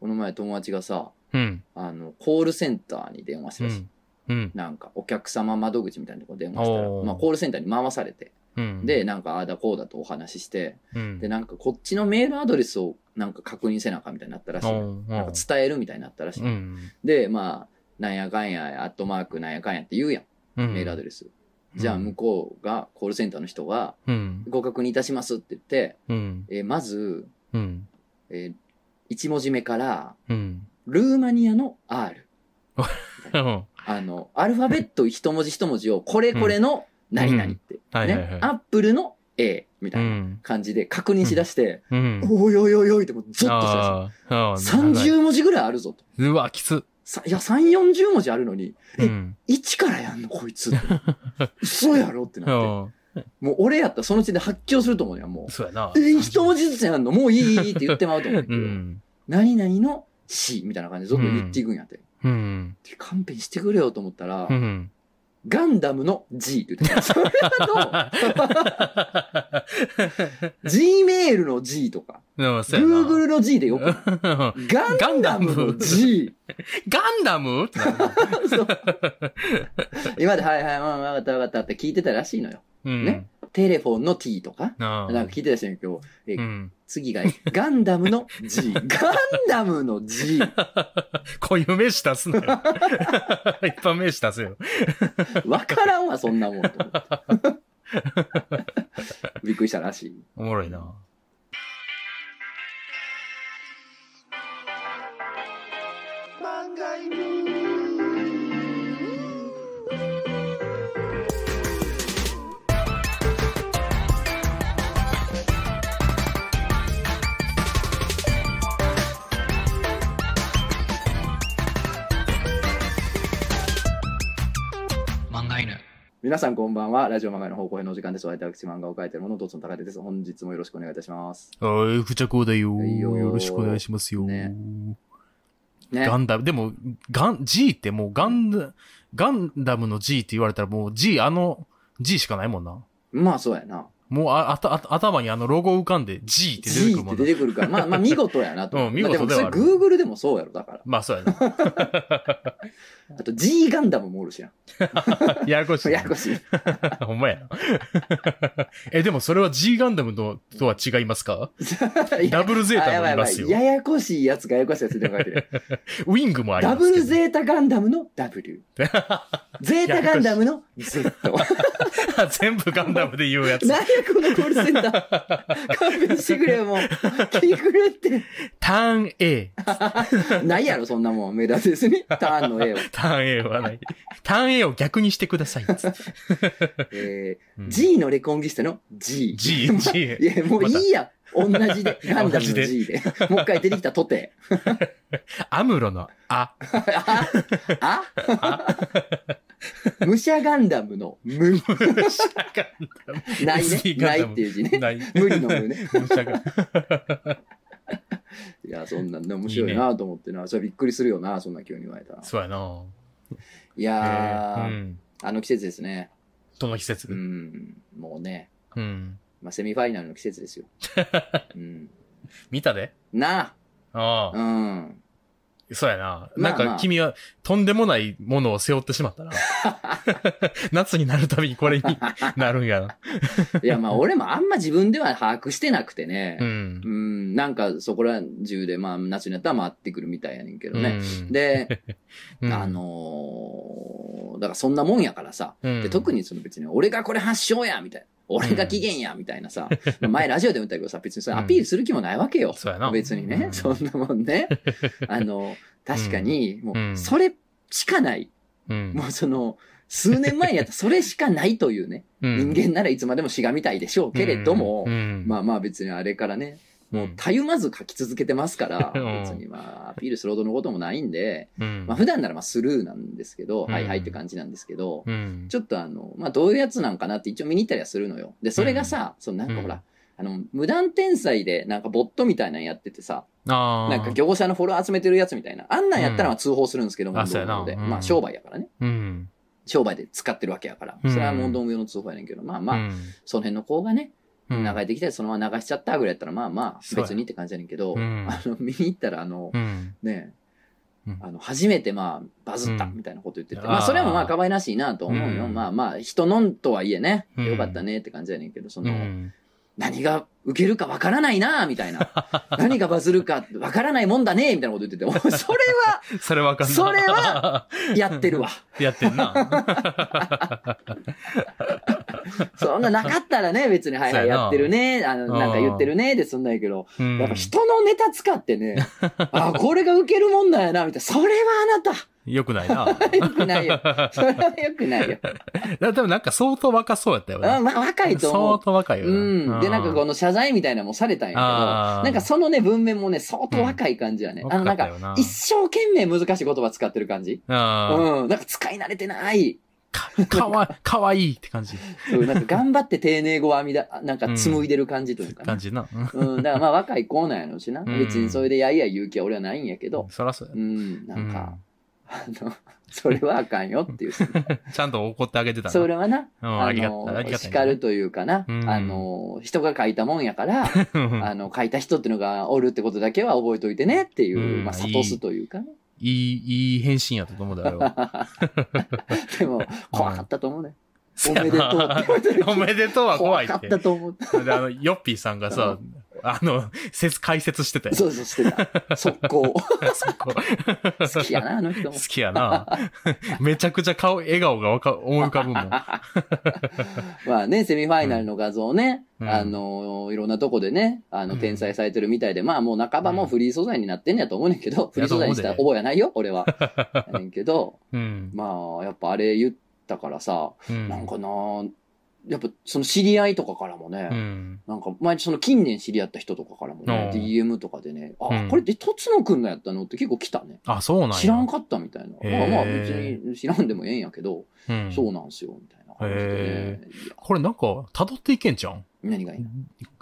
この前友達がさ、うん。あの、コールセンターに電話してうたし、ん。うん。なんかお客様窓口みたいなとこ電話したら、おーまあコールセンターに回されて、うん。で、なんかああだこうだとお話しして、うん、で、なんかこっちのメールアドレスをなんか確認せなあかんみたいになったらしい。うん、なんか伝えるみたいになったらしい。うん。で、まあ、なんやかんや、アットマークなんやかんやって言うやん、うん。メールアドレレス。じゃあ向こうが、コールセンターの人が、うん。ご確認いたしますって言って、うん。えーまず、うん。え1文字目から、うん。ルーマニアの R。うん。あの、アルファベット一文字一文字を、これこれの何々って。うんはいはいはねい。アップルの A みたう。いなん感じで確認しだして、うん。おいおいおいおいってもうゾッとしたらああ、しい。30文字ぐらいあるぞと。うわ、きつ。さいや、3、40文字あるのに、えうん。 1からやんの、こい つって。嘘やろってうなって。ん。もう俺やったらそのうちで発狂すると思うねん、もう。そうやな。え、一文字ずつやんのもういいいいいいって言ってまうと思うねんけうど。ん。何々の C みたいな感じでどんどん言っていくんやって。うん。で勘弁してくれよと思ったら、 うん。ガンダムの G って言ってた。それあの、Gmail の G とか、うん、そうやな。 Google の G でよく、ガガンダムの G。ンダムってなるそう今で、はいはい、うんわかったわかったって聞いてたらしいのよ。うん。ねテレフォンの T とか、ああ。なんか聞いてたらしいんやけど、えうん。次がガンダムの G。ガンダムの G。こういう名詞出すなよ。 一般名詞出せよ。わからんわ、そんなもんと思って。 びっくりしたらしい。おもろいな。漫画犬皆さんこんばんは。ラジオ漫画の方向編のお時間です。お相手は私漫画を描いているもの、どつの高手です。本日もよろしくお願いいたします。はい、ふちゃこうだよ。はいよよろしくお願いしますよ。ねねガ。ンダム、でも、ガン、G ってもうガン、ガンダムの G って言われたらもう G、あの G しかないもんな。まあそうやな。もうあ、あた、あ頭にあのロゴ浮かんで G って出て G くるっもてんな出。てくるから。まあまあ見事やなと。 うん見事ではまでもあるそれ Google でもそうやろ、だから。まあ、そう やな。あと G ガンダムもおるしやん。ややこしいやなや。こしい。ほんまやな。 え、でもそれは G ガンダムととは違いますかダブルゼーあタやもばいいやまばすよい。ややこしいやつがややこしいやつで書いてる。ウィング もありまダすけど。ブルゼータガンダムの W。ゼータガンダムの Z。あ 全部ガンダムで言うやつ。何やこのコールセンター。勘弁してくれよ、もう。聞くれって。ターン A。ないやろ、そんなもん。目立てずに。ターンの A を。ターン A はない。ターン A を逆にしてください。つってえうー、ん G のレコンギスタの G。 G、G い。や、もういいや。同じで。ガンダム同じので G で。もう一回出てきたとて。アムロのあ。ああ武者ガンダムの無。ないね。ないっていう字ね。ない。無理の無 ね。むしゃがいや、そんなんね面白いなと思ってな。それびっくりするよな、そんな急に言われたら。そうやな。いやえーうー、ん。あの季節ですね。どの季節う。ん、もうね。うん。まあ、セミファイナルの季節 ですよ。うん、見たでなああ、あ。うん。そうやな。まあなんか君はとんでもないものを背負ってしまったな。夏になるたびにこれになるんやな。いや、まあ、俺もあんま自分では把握してなくてねう。んう。ん、なんかそこら中で、まあ、夏になったら回ってくるみたいやねんけどね。うん、で、うんあ、のーだからそんなもんやからさ。で特に、にその別に俺がこれ発祥やみたいな。俺が起源やみたいなさ。 前ラジオでも言ったけどさ、別にそれアピールする気もないわけよ。 そうやな。別にね、うんそんなもん ね。あの、確かに、もうう、んそれしかない。うんもうその、数年前にやったそれしかないというね、人間ならいつまでもしがみたいでしょうけれども、まあ、あまあ別にあれからね、もたゆまず書き続けてますから、うん別にまあアピールするほどのこともないんで、うん、まあ普段ならまあスルーなんですけど、うんはいはいって感じなんですけど、うん、ちょっとあの、まあどういうやつなんかなって一応見に行ったりはするのよ。で、それがさ、そのなんかほうらん、あの、無断転載でなんかボットみたいなのやっててさ、あーなんか業者のフォロワー集めてるやつみたいな、あんなんやったらまあ通報するんですけど、んもあそうやなで、うんまあ商売やからね。うん。商売で使ってるわけやから、うんそれは問答無用の通報やねんけど、まあまあ、うんその辺の子がね、うん。流れてきて、そのまま流しちゃったぐらいやったら、まあまあ、別にって感じやねんけど、うんあの、見に行ったら、あの、うん。ねえうんあの、初めてまあ、バズったうんみたいなこと言ってて、あーまあ、それもまあ、可愛らしいなと思うよ。うんまあまあ、人のんとはいえね、うんよかったねって感じやねんけど、そうの、ん。何が受けるかわからないなみたいな。 何がバズるかわからないもんだねみたいなこと言ってて、おいそれはそれわかんない。それはやってるわ。 やってんな。 そんななかったらね、別に、はいはい、そうやなやってるね、あの、なんか言ってるね、でそんなんやけど、うんやっぱ人のネタ使って ね、あ、これが受けるもんだよな、みたいな。それはあなよくないな。た。よく ないよ。それはよくないよ。だ多分なんか相当若 そうやったよあね。まあ、若いと思相う。当若いようねん。で、なんかこの謝罪みたいなのもされたんやけど、あーなんかそのね、文面もね、相当若い感じやね。あの、なん若かか、ったよな一生懸命難しい言葉使ってる感じ。あうん。なんか使い慣れてない。ーかかわ、かわいいって感じ。そう、なんか頑張って丁寧語を編みだ、 なんか紡いでる感じというか感な。じな。うん。だからまあ若い子なんやろうしな。ん別にそれでやいや言う気は俺はないんやけど、そらそうやう。ん。なんか、うあの、 それはあかんよっていう。んちゃんと怒ってあげてたなそれはな、うんあありがとう。ありの、がたい叱るというかな、うんあの、人が書いたもんやから、うんあの、書いた人っていうのがおるってことだけは覚えといてねっていう、うんまあ、諭すというかね。いい、いい返信やったと思うだろう。 で も、怖かったと思うね。せおやめでとうなって言われてる。 おめでとうは怖いかっ。ってたと思う。で、あの、ヨッピーさんがさ、あの、説、解説してたよ。そうそうしてた。速攻。そこ好きやな、あの人好 も。きやな。めちゃくちゃ顔、笑顔がわか思い浮かぶ もん。まあね、セミファイナルの画像ね、うんあの、いろんなとこでね、あの、うん転載されてるみたいで、まあもう半ばもうフリー素材になってんねやと思うねんけど、フリー素材にしたら覚えはないよ、俺は。 やねんけど、うん。まあ、やっぱあれ言ったからさ、うんなんかな、やっぱその知り合いとかからもね、うん。なんか前その近年知り合った人とかからもね、うん DM とかでね、あ、うんこれでとつのくんのやったのって結構来たね。あ、そうなんや。知らんかったみたいな。へーまあまあ別に知らんでもええんやけど、うんそうなんすよ、みたいな感じでねへ。いやこれなんか、辿っていけんじゃん何がいいな。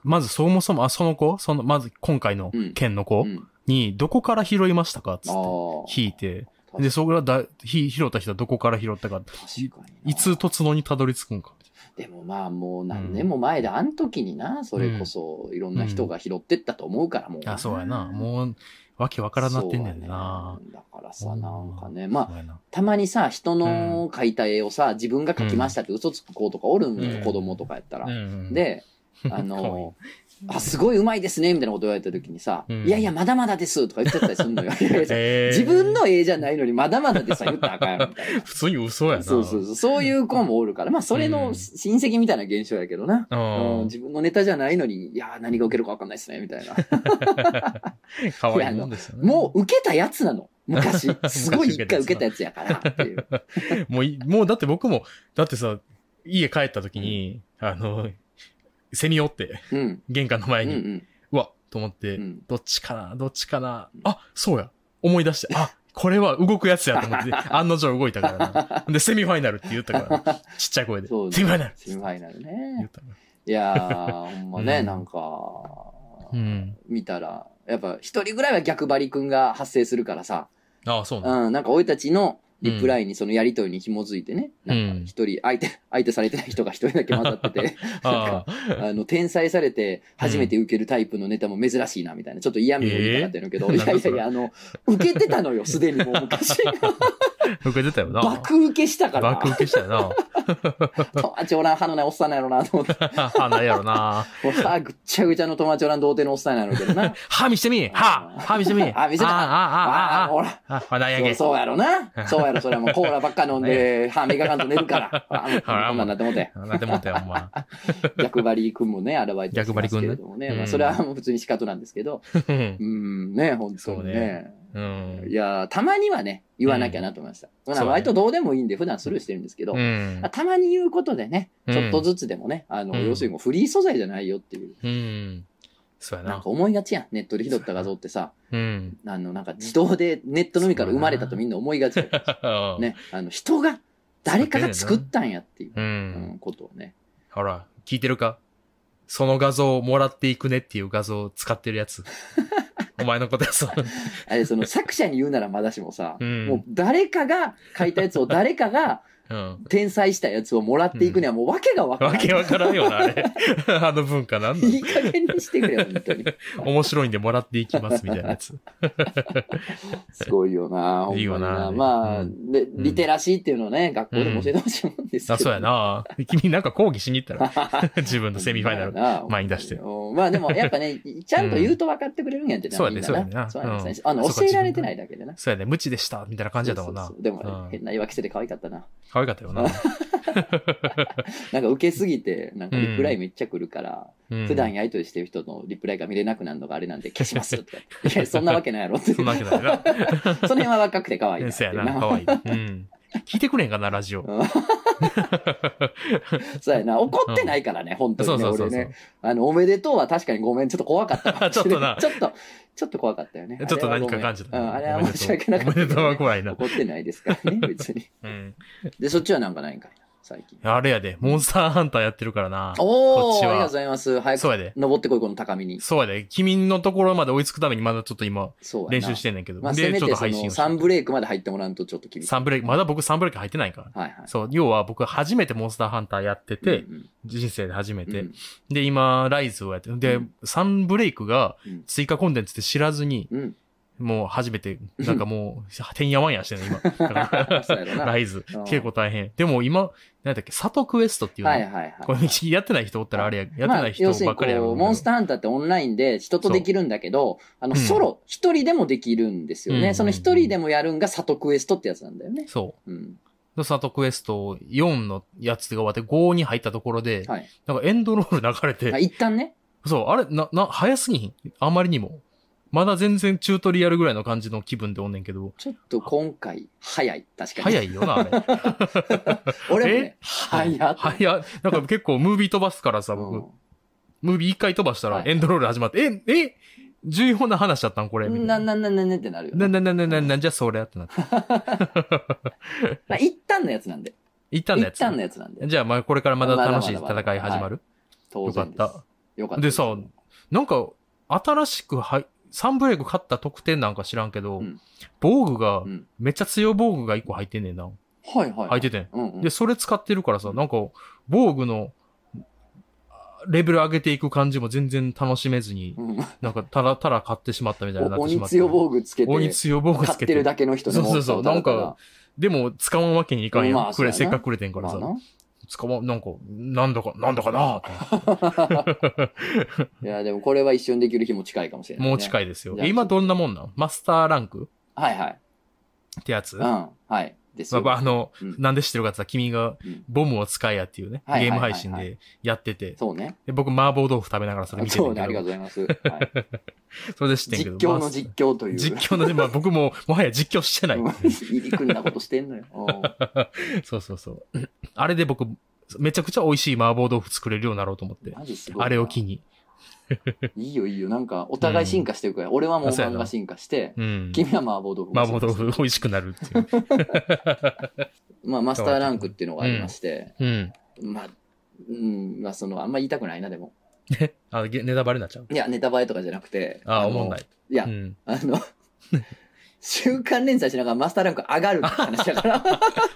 まずそもそも、あ、その子その、まず今回のうん県の子うん。に、どこから拾いましたかつあって、あ。引いて。確かにで、そこらだ、ひ拾った人はどこから拾ったか、確かにないつ突のにたどり着くんか。でもまあもう何年も前で、あん時にな、それこそいろんな人が拾ってったと思うから、もう。あ、そうやな。もう、わけわからんなってんねんな。そうやねだからさ、なんかね、まあそうやな。たまにさ、人の描いた絵をさ、自分が描きましたって嘘つく子とかおるのよ、うん子供とかやったら。うん、で、あ かわいいの、あ、すごい上手いですね、みたいなこと言われた時にさ、うんいやいや、まだまだです、とか言っちゃったりするのよ。いやいや えー自分の絵じゃないのに、まだまだでさ、言ったらあかんやろみたいな。普通に嘘やな。そうそうそう。そういう子もおるから、まあ、それうのん親戚みたいな現象やけどな。ううんん。自分のネタじゃないのに、いやー、何が受けるか分かんないですね、みたいな。 かわいいもんですよね。もう受けたやつなの。昔。すごい一回受けたやつやから、っていう。 もうい、もうだって僕も、だってさ、家帰った時に、あの、セミおって、うん。玄関のう前んに、うわ、と思って、うん。うん。どっちかな、どっちかな、あ、そうや、思い出して、あ、これは動くやつやと 思って、案の定動いたからな。で、セミファイナルって言った から、ちっちゃい声で、セそうミねファイナルってセミファイナル言っね。たかいやー、ほんまね、うんなんか、ら。うん。見たら、やっぱ一人ぐらいは逆張りくんが発生するからさ、ああ、そうなんうん、なんか俺たちのリプライにそのやりとりに紐づいてね、うんなんか一人、相手、相手されてない人が一人だけ混ざって て、ああ、あの、天才されて初めて受けるタイプのネタも珍しいな、みたいな、ちょっと嫌味を言いたかったんやけど、えーいやいやいや、あの、受けてたのよ、すでにもう昔。 僕出たよな。爆受けしたから爆、受けしたよな。 友達おらん、歯のないおっさんなんやろな、と思って。歯ない やろな。もう歯ぐっちゃぐちゃの友達おらん、童貞のおっさんなんやろう けどな。歯見してみ歯歯見し てみ歯見せたああ、ああ、あほあ、ら。ああ、なんやそけう。そうやろ な。そうやろ、それはもうコーラばっか飲んで、歯磨かんと寝る から。あもうあらこんなんなってもうて。なんてもんだよ、お前。 逆張りくんもね、アルバイトしてますけれどもね。逆張りくんねまうあ、んそれはもう普通に仕方なんですけど。うん、ね、本当にね。うんい。やー、たまにはね、言わなきゃなと思いました。まあ、そうね割とどうでもいいんで、普段スルーしてるんですけど、うんまあ。たまに言うことでね、うんちょっとずつでもね、あの、うん要するにもうフリー素材じゃないよっていう。うん。そうやなんなか。思いがちやん。ネットで拾った画像ってさ、うん。あの、なんか自動でネットのみから生まれたとみんな思いがちやけどね、あの人が、誰かが作ったんやっていう ううんん。ことをね。ほら、聞いてるかその画像をもらっていくねっていう画像を使ってる やつ。お前のことや、そう。あれ、その作者に言うならまだしもさ、うんもう誰かが書いたやつを誰かがうん。転載したやつをもらっていくにはもう訳がわからわなけい。わからんよな、あれ。 あの文化なんだいい加減にしてくれよ、本当に。面白いんでもらっていきます、みたいなやつ。すごいよな、ほんまにいいよなまあ、うで、リテラシーっていうのをね、学校でも教えてほしいもんですけど。あ、そう やな。君なんか抗議しに行ったら。自分の セミファイナル。ル前に出してまあでもやっぱ ね、ちゃんと言うと分かってくれるんやってな、うんみんなそうやねな。そうやねそうやねうんあの、そうか教えられてないだけでな。そうやね、無知でした、みたいな感じやったもんなそうそう。そうでもうねん、変な言い訳してて可愛かったな。可愛かったよな。なんか受けすぎて、なんかリプライめっちゃ来るから、うん普段やりとりしてる人のリプライが見れなくなるのがあれなんで消しますと か。いや、そんなわけないやろって。そんなわ けないな。その辺は若くて可愛いなってそいううやな、可愛い。うん。聞いてくれんかな、ラジオ。 うんそうやな。怒ってないからね、本当そうにね、そうそ俺うそうね。。あの、おめでとうは確かにごめん、ちょっと怖かったかもしれい ちょっとなちょっと、ちょっと怖かったよね。ちょっと何あれはごかめん感じた。うん、あれは申し訳なかったおけめどね。でとうは怖いな。怒ってないですから ね、別に。うん。で、そっちはなんかないんかいな、最近。あれやで、モンスターハンターやってるからな。こおっちー、あはりがとうございます。早そくうやで。登ってこい、この高みに。そうやで。君のところまで追いつくためにまだちょっと今、そうやな練習してんねんけど。まあ、せで、めちょってとそ配信のをしサンて。ブレイクまで入ってもらうとちょっと厳しい。サンブレイク、まだ僕サンブレイク入ってないから。はいはい。そう、要は僕初めてモンスターハンターやってうて、ん人生で初めうん、て。で、今、ライズをやってる。でうん、サンブレイクがうん追加コンテンツって知らずに、うん。うん。もう初めて、なんかもう、てんやわんやしてるの、今。だ かそうやろらなライズうん。結構大変。でも今、なんだっけ、サトクエストっていうの、はいはいはい。これ、やってない人おったらあれや、やってない人まあ、要するばにっかりやころううけど。モンスターハンターってオンラインで人とできるんだけど、あの、うんソロ、一、人でもできるんですよね。うんその一人でもやるんがサトクエストってやつなんだよね。そうん。う。サトクエスト4のやつが終わって5に入ったところで、はい。なんかエンドロール流れてあ、一旦ね。そう、あれ、な、な、早すぎひんあまりにも。まだ全然チュートリアルぐらいの感じの気分でおんねんけど、ちょっと今回、早い。確かに。早い。いよな、あれ。俺もねえ、早いと。早い。なんか結構ムービー飛ばすからさ、僕、ムービー一回飛ばしたらはいエンドロール始まって、え、え、重要な話だったんこれ。うみたん。いな、なな、な、な、なってなるよね、な、な、な、な、な、なんじゃそれってなって。まあ一旦のやつなんで。一旦のや一つ。旦のやつなんで。じゃあ、まあ、これからまだまだまだ楽しい戦い始まる当然です。よかっよかった。でさ、なんか、新しくはい、サンブレイク買った特典なんか知らんけど、うん防具が、うんめっちゃ強い防具が一個入ってんねんな。はいはい。入っててん。うん、うん。で、それ使ってるからさ、なんか、防具の、あレベル上げていく感じも全然楽しめずに、うん、なんか、たらたら買ってしまったみたいになおってし鬼まって。強防具つけて、鬼強防具買つっけてるて。だけの人そうそうそうもおったらなんかでも、使わんわけにいかんやん。まあくれ、そうやせっなかくくれてんからまさあ。な。使わん、なんか、なんだか、なんだかな ぁといや、でもこれは一瞬できる日も近いかもしれない、ね。もう近い。いですよ。いやえ今どんなもんなんマスターランクはいはい。ってやつ、うまん。はい。ですあよ。まあ、あの、うんなんで知ってるかってさ、君がうんボムを使えやっていうね、はいゲはいームはいはい配信でやってて、そうね。で僕、麻婆豆腐食べながらそれ見てそるうんね。あだりけがとど、うございます。 はいそれで知ってん実けど、況まあの実況という。実況 の、まあ僕も、もはや実況してない。入り組んだことしてんのよ。お うそうそうそう。あれで僕、めちゃくちゃ美味しい麻婆豆腐作れるようになろうと思って、マジすごいな。あれを機に。いいよいいよ。なんか、お互い進化してるから、俺はもうあそうやな漫画進化して、うん。君は麻婆豆腐。麻婆豆。腐美味しくなるっていう。まあ、マスターランクっていうのがありまして、うん。まあ、うん、まあ、その、あんま言いたくないな、でも。あ、げネタバレになっちゃう。いや、ネタバレとかじゃなくて。あ、の思んない。いやう、ん。あの、週刊連載しながらマスターランク上がるって話だ から。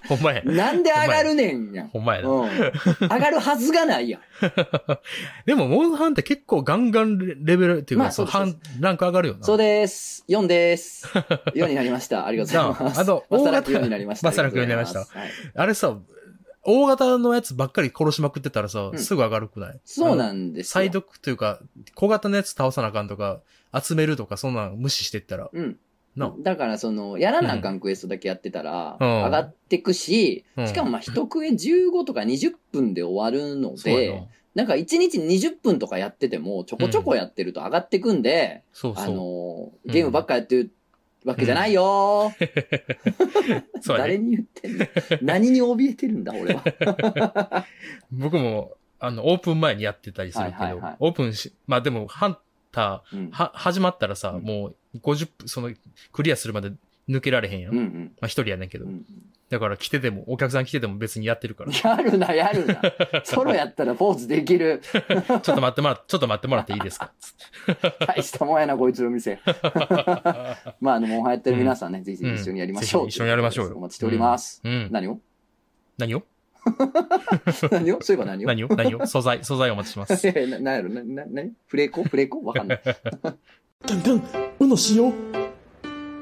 ほんまや。なんで上がるねんやん。ほんまやな。うん。上がるはずがないやん。 でも、モンハンって結構ガンガンレレベルっていうまあか、そそうそううそう半ランク上がるよな。そう です。4です。4になりました。ありがとうございます。なああとマスターラン大ク型4になりました。マスターランク4になりましたあがとうございますはいあれさ、大型のやつばっかり殺しまくってたらさう、んすぐ上がるくない、そうあのなんですよ。サイドクというか、小型のやつ倒さなあかんとか、集めるとか、そんなん無視してったら。うん。なだから、その、やらなあかんクエストだけやってたら、うん上がってくし、うんしかも、まあ、1クエ15とか20分で終わるのそうやで、なな。んか1日20分とかやってても、ちょこちょこやってると上がってくんで、そうあそのーゲームばっかやってるわけじゃないよー、う。そうや誰ね。に言ってんの何に怯えてるんだ、俺は。僕も、あの、オープン前にやってたりするけど、はいはいはいオープンし、まあでも、ハンタうん ー、は、始まったらさ、うんもう、50分、その、クリアするまで抜けられへんやん。うんうまんあ一人やねんけうど。んだから来てても、お客さん来てても別にやって るから。やるな、やるな。ソロやったらポーズできる。ちょっと待ってもらっちょっと待ってもらっていい ですかつって大したもんやな、こいつの 店。まあ、あの、モンハンやってる皆さんね、ぜひぜひ一緒にやりましょう、うんぜひ一緒にやりましょうよお待ちしております。うん。何を何を何をそういえば何を 何を何を素材、素材お待ちします。いやななんやろな、な、な、フレコフレコわかんない。カンカン、うのしよう。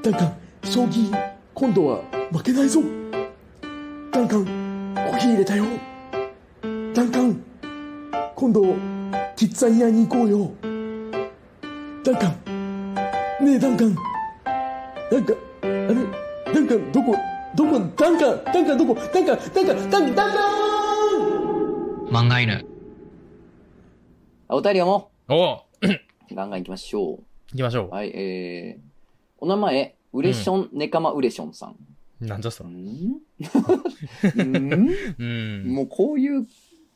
カンカン、将棋、今度は負けないぞ。カンカン、コーヒー入れたよ。カンカン、今度、キッザニアに行こうよ。カンカン、ねえ、ダンカン。ダンカン、あれ、ダンカン、どこ、どこ、ダンカン、ダンカン、どこ、ダンカン、ダンカン、ダンカン、ダンカン漫画犬。あお便りをもおおうガンガン行きましょ行きましう。ょはい、えー、お名前、ウレション、ネカマウレションさん。う。なんじゃそんれ。んうん。もうこういう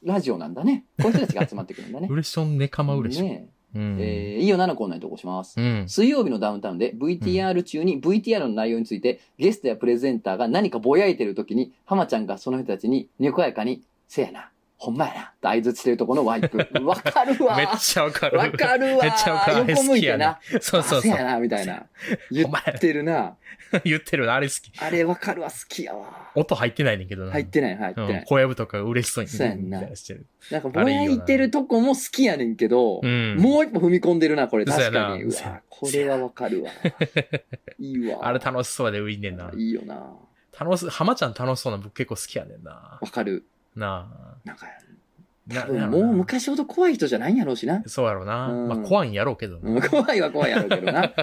ラジオなんだね。こういう人たちが集まってくるんだねう。れしょんねかまうれしょん。ねうえん。えーいいよなのコーナーに投稿します。うん。水曜日のダウンタウンで VTR 中に VTR の内容についてゲストやプレゼンターが何かぼやいてる時に浜ちゃんがその人たちににこやかに「せやなほんまやな」と相づちしてるところのワイプ わかるわめっちゃわかる。わかるわめっちゃわかる。あれ横好向いきてやなな。 そうそうそあせやう。なみたい な言お前ってるな言ってるな、あれ好き。あれわかるわ好きやわ音入ってないねんけどな。入ってない入ってうなんい、小籔とか嬉しそうに。そうやんなみたいしてる。なんかぼやいてるとこも好きやねんけどうん。もう一歩踏み込んでるなこれそうや確なかにうそうやわこれはわか るわいいわあれ楽しそうやで、ウィンねんな。いいよな楽し、浜ちゃん楽しそうな僕結構好きやねんな。わかるななんかあ。な多分なもう昔ほど怖い人じゃないんやろうしな。そうやろうな。うんまあ、怖いんやろうけどな。うん 怖いは怖いやろうけど な。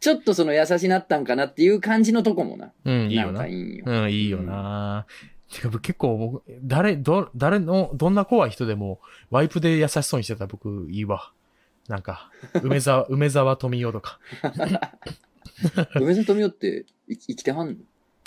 ちょっとその優しなったんかなっていう感じのとこもな。うん、いいよんなかい。いんよ。うん、いいよな。てか、僕結構僕、誰、ど、誰の、どんな怖い人でも、ワイプで優しそうにしてたら僕、いいわ。なんか、梅沢、梅沢富美男とか。梅沢富美男ってい生きてはんの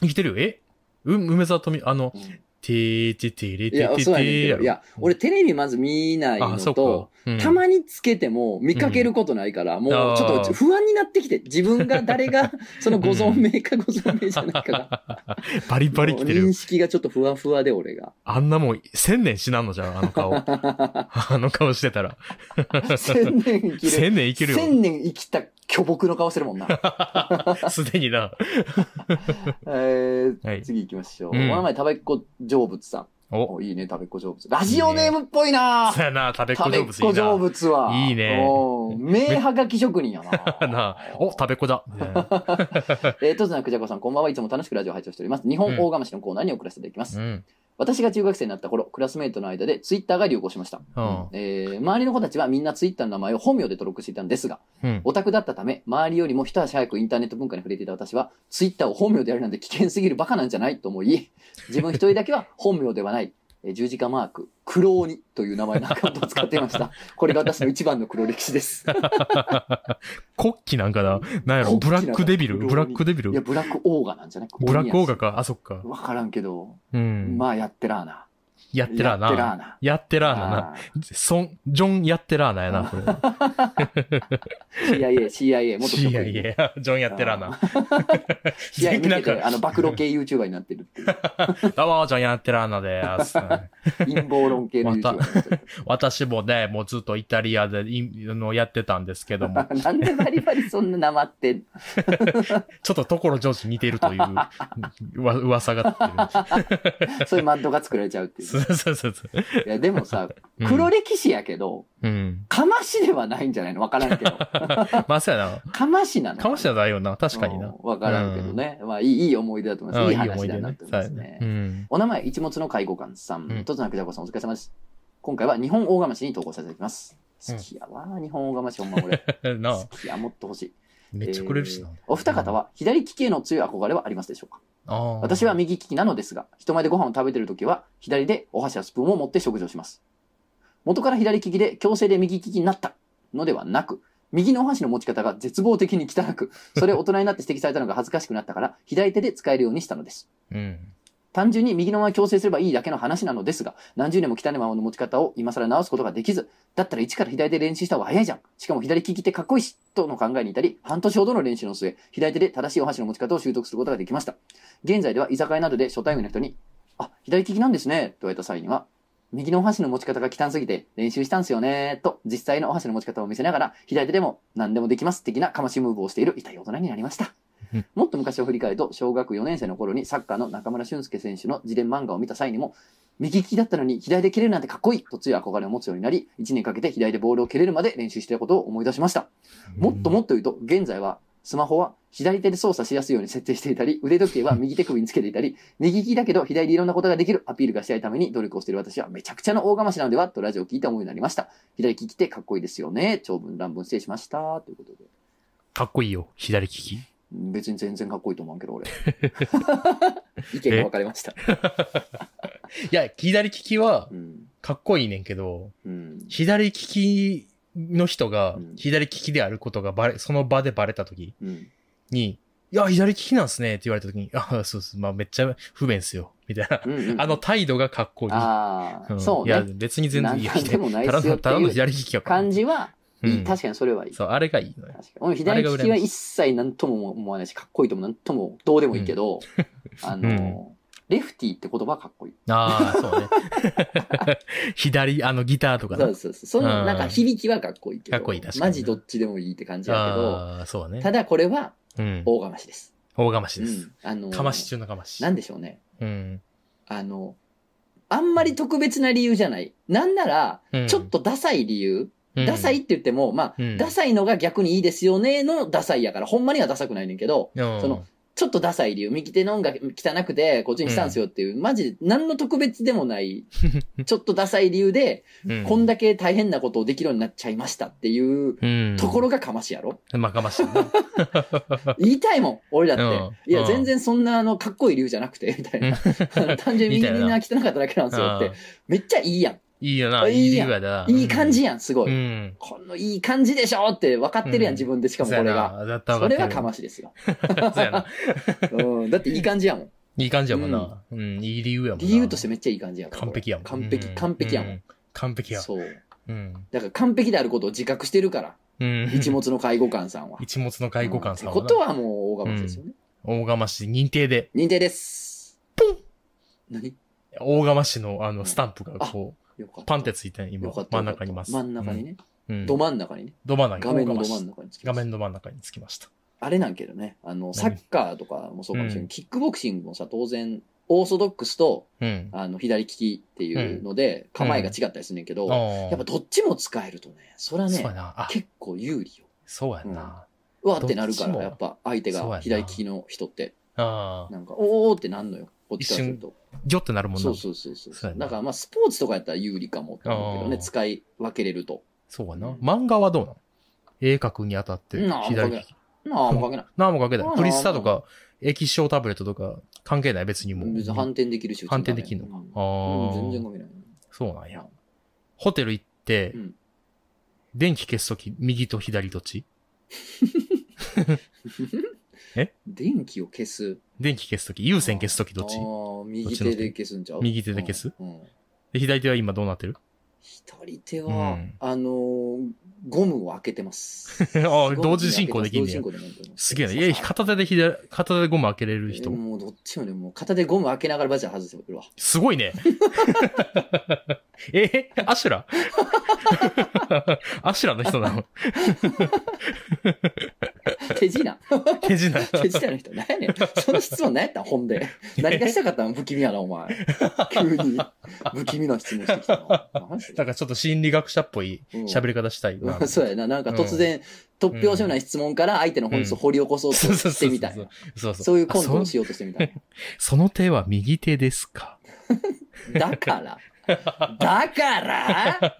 生きてるよえう梅沢富美、あの、うんてーててれいてやて、てそうやねんーけやど。ろ。いや、俺テレビまず見ないのあ、そうと、か。うんたまにつけても見かけることないから、もうちょっと不安になってきて、自分が誰 がそのご存命かご存命じゃないかが。バリバリ来てもう認る。識がちょっとふわふわで俺 が。あんなもん、千年死なんの じゃん、あの顔。あの顔してたら。千年生きる。千年いけるよ。千年生きた巨木の顔してるも んな。すでにな。えーはい次行きましょう。うんお名前、たべっこ成仏さん。お、おいいね、たべっこ成仏。ラジオネームっぽいなさやな、食べっ子たべ成っこ仏いいな成。仏は。いいねおー名はがき職人やな。 なあ、お、食べっ子だ。みたいなえー、とつなくじゃこさん、こんばんはいつも楽しくラジオを拝聴しております。日本大釜市のコーナーに送らせていただきます。うん。私が中学生になった頃、クラスメイトの間でツイッターが流行しました。うんえー周りの子たちはみんなツイッターの名前を本名で登録していたんですが、うん。オタクだったため、周りよりも一足早くインターネット文化に触れていた私は、ツイッターを本名でやるなんて危険すぎるバカなんじゃないと思い、自分一人だけは本名ではない、えー十字架マーク、クローニという名前のアカウントを使っていま した。これが私の一番の黒歴史です。国旗なんかななんや国旗ろブなラんかックデビルブラックデビいや、ルブラックオーガなんじゃないブラックオーガガかあ、そっか。わからんけど、うん。まあやってらーな。やってらーやってらーな。な。やってらーなな。あーソン、ジョンやってらーなやな、これ。 CIA、CIA、元職員。いやいや、ジョンやってらーな。 試合に向なんけて、かあの、暴露系 YouTuber になってるっていう。どうも、ジョンやってらーなです。陰謀論系の YouTuber にな ってる。私もね、もうずっとイタリアでいあのやってたんですけども、なんでバリバリそんななまってんのちょっと所ジョージに似てるといううわ噂が立ってそういうマッドが作られちゃ うっている。う。そうそうそうそう。いや、でもさ、うん黒歴史やけど、うん。 かましではないんじゃないのわからんけど。まあ、そうやかましなのな。かもしれないよな。確かにうな。んわからんけどね。まあ、いい、いい思い出だと思います。いい話だなと思いますそうやねね。うん。お名前、一物の介護官さ、うんんとつなくじゃこさんお疲れ様です。今回は日本大釜市に投稿させていただきます。う好んきやわ、日本大釜市、ほんま俺。 なあ好、きや、もっと欲しい。めっちゃくれるしな。えーお二方は左利きへの強い憧れはありますでしょうかああ、私は右利きなのですが、人前でご飯を食べてるときは、左でお箸やスプーンを持って食事をします。元から左利きで、強制で右利きになったのではなく、右のお箸の持ち方が絶望的に汚く、それを大人になって指摘されたのが恥ずかしくなったから、左手で使えるようにしたのです。うん。単純に右のまま強制すればいいだけの話なのですが、何十年も汚いままの持ち方を今更直すことができず、だったら一から左手で練習した方が早いじゃん。しかも左利きってかっこいいし、との考えに至り、半年ほどの練習の末、左手で正しいお箸の持ち方を習得することができました。現在では居酒屋などで初対面の人に、あ、左利きなんですね、と言われた際には、右のお箸の持ち方が汚すぎて練習したんすよね、と実際のお箸の持ち方を見せながら、左手でも何でもできます、的なかましムーブをしている痛い大人になりました。うんもっと昔を振り返ると、小学4年生の頃にサッカーの中村俊輔選手の自伝漫画を見た際にも、右利きだったのに左で蹴れるなんてかっこいいと強い憧れを持つようになり、1年かけて左でボールを蹴れるまで練習していたことを思い出しました。もっともっと言うと、現在はスマホは左手で操作しやすいように設定していたり、腕時計は右手首につけていたり、右利きだけど左でいろんなことができるアピールがしたいために努力をしている私はめちゃくちゃの大釜しなのではとラジオを聞いて思いになりました。左利きってかっこいいですよね。長文乱文失礼しました。ということで。かっこいいよ、左利き。別に全然かっこいいと思うけど、 俺。意見が分かれました。いや、左利きはうん。かっこいいねんけど、うん。左利きの人がうん左利きであることがバレ、その場でバレた時うん。に、いや、左利きなんすねって言われた時に、あそうです。まあ、めっちゃ不便っすよ。みたいな。うんうんあの、態度がかっこいい。ああ、んそういや、ね。別に全然いいよなんでもないっただすよの、ってただのいう左利きやから。感じは、ういいん、確かにそれはいい。そう、あれがいいのよ。確かに俺左利きは一切何とも思わないしかっこいいとも何ともどうでもいいけど、あの、レフティーって言葉はかっこいい。ああ、そうね。 左、あの、ギターとそかうなそうそう。そのなんか響きはかっこいいけど、かっこいい確かにマジどっちでもいいって感じだああ、そうけど、ねた。だこれはうん。大釜しです。大釜しうですん。。あの、かまし中のかまし。なんでしょうね。うん。あの、あんまり特別な理由じゃない。なんなら、うんちょっ、とダサい理由、うんダサいって言っても、まあ、うんダサいのが逆にいいですよねのダサいやから、ほんまにはダサくないねんけど、うんその、ちょっとダサい理由、右手の音が汚くて、こっちにしたんすよっていう、マジで何の特別でもない、 ちょっとダサい理由で、うんこんだけ大変なことをできるようになっちゃいましたっていううんところがかましやろ、まあ、かましね。 言いたいもん、俺だっうんて。いや、うん全然そんなあの、かっこいい理由じゃなくて、みたいな。単 純に右手が汚かっただけなんですよってうん。めっちゃいいやいいよあな、いいいい理やん由やだ。ん。いい感じや。やん、すごうい。ん。このいい感じでしょって分かってるやん、うん自分で。しかもそこうやれなが。。だったらそれは分かかましですよ。ってる。そうやな。うん。だっていい感じ やもん。いい感じやもんな。うん、いい理由やもんな。理由としてめっちゃいい感じやから完璧やもん。完璧、うん完璧やもん。う完璧や。そう。うん。だから完璧であることを自覚してるから、うん一。物の介護官さんは。 一物の外交官さんってことははもう大釜ですよね。な。大釜市認定で、認定です。何大釜市のあの、スタンプがこう、よかった。パンってついて、今、よかった。真ん中にいます。真ん中にね。うん。うんど真ん中にね。ど真ん中に。画面のど大釜真ん市中につけ画ます面の真ん中につきました。あれなんけどね。あの、サッカーとかもそうかもしれなうい。んキックボクシングもさ、当然、オーソドックスと、うん。あの、左利きっていうので、構えが違ったりするねんけど、ややっぱどっちも使えるとね、それはそうやね、な。あ、結構有利よ。そうやな。うわってなるかどっちら、もやっぱ相手そうやがな左利きの人って、ああ。なんか、おーってなんのよ。こっちからすると。ギョってなるもんな。そうそうそうそうそうやなだからまあスポーツとかやったら有利かもって思うけどねあー使い分けれるとそうやな。漫画はどうなの絵描くにあたってうんあー、左利わき。なあもう関係ない何も書けなあーい。プリスタとか、液晶タブレットとか、関係ない、別にもう。別に反転できるし反転できんのううああ。ん、全然関係ないそうなんや。ホテル行って、うん電気消すとき、右と左どっち 電気を消す電気消すとき、有線消すときどっちあー右手で消すんちゃう右手で消す、うんうんで左手は今どうなってる左手は、うんあのーゴムを開けてます あゴーム同時進行できん同時ね進。や行できんねやすげえな。いや、片手で左、片手でゴム開けれる人。えもうどっちもねもう片手ゴム開けながらバジャー外せ るわすごいね。えアシュラ アシュラの人な の手品手品。手品の人何やねんその質問何やったん本 で何がしたかったん不気味やな、お前。急に。不気味な質問してきたな。何してんのなんかちょっと心理学者っぽい喋り方したいな。うん そうやな。なんか突然、突拍子もない質問から相手の本質を掘り起こ そうとそうそうしそてうみたそいなう。。そうそうそういうコントをあしようとしてみたいそその手は右手ですかな。だから。だから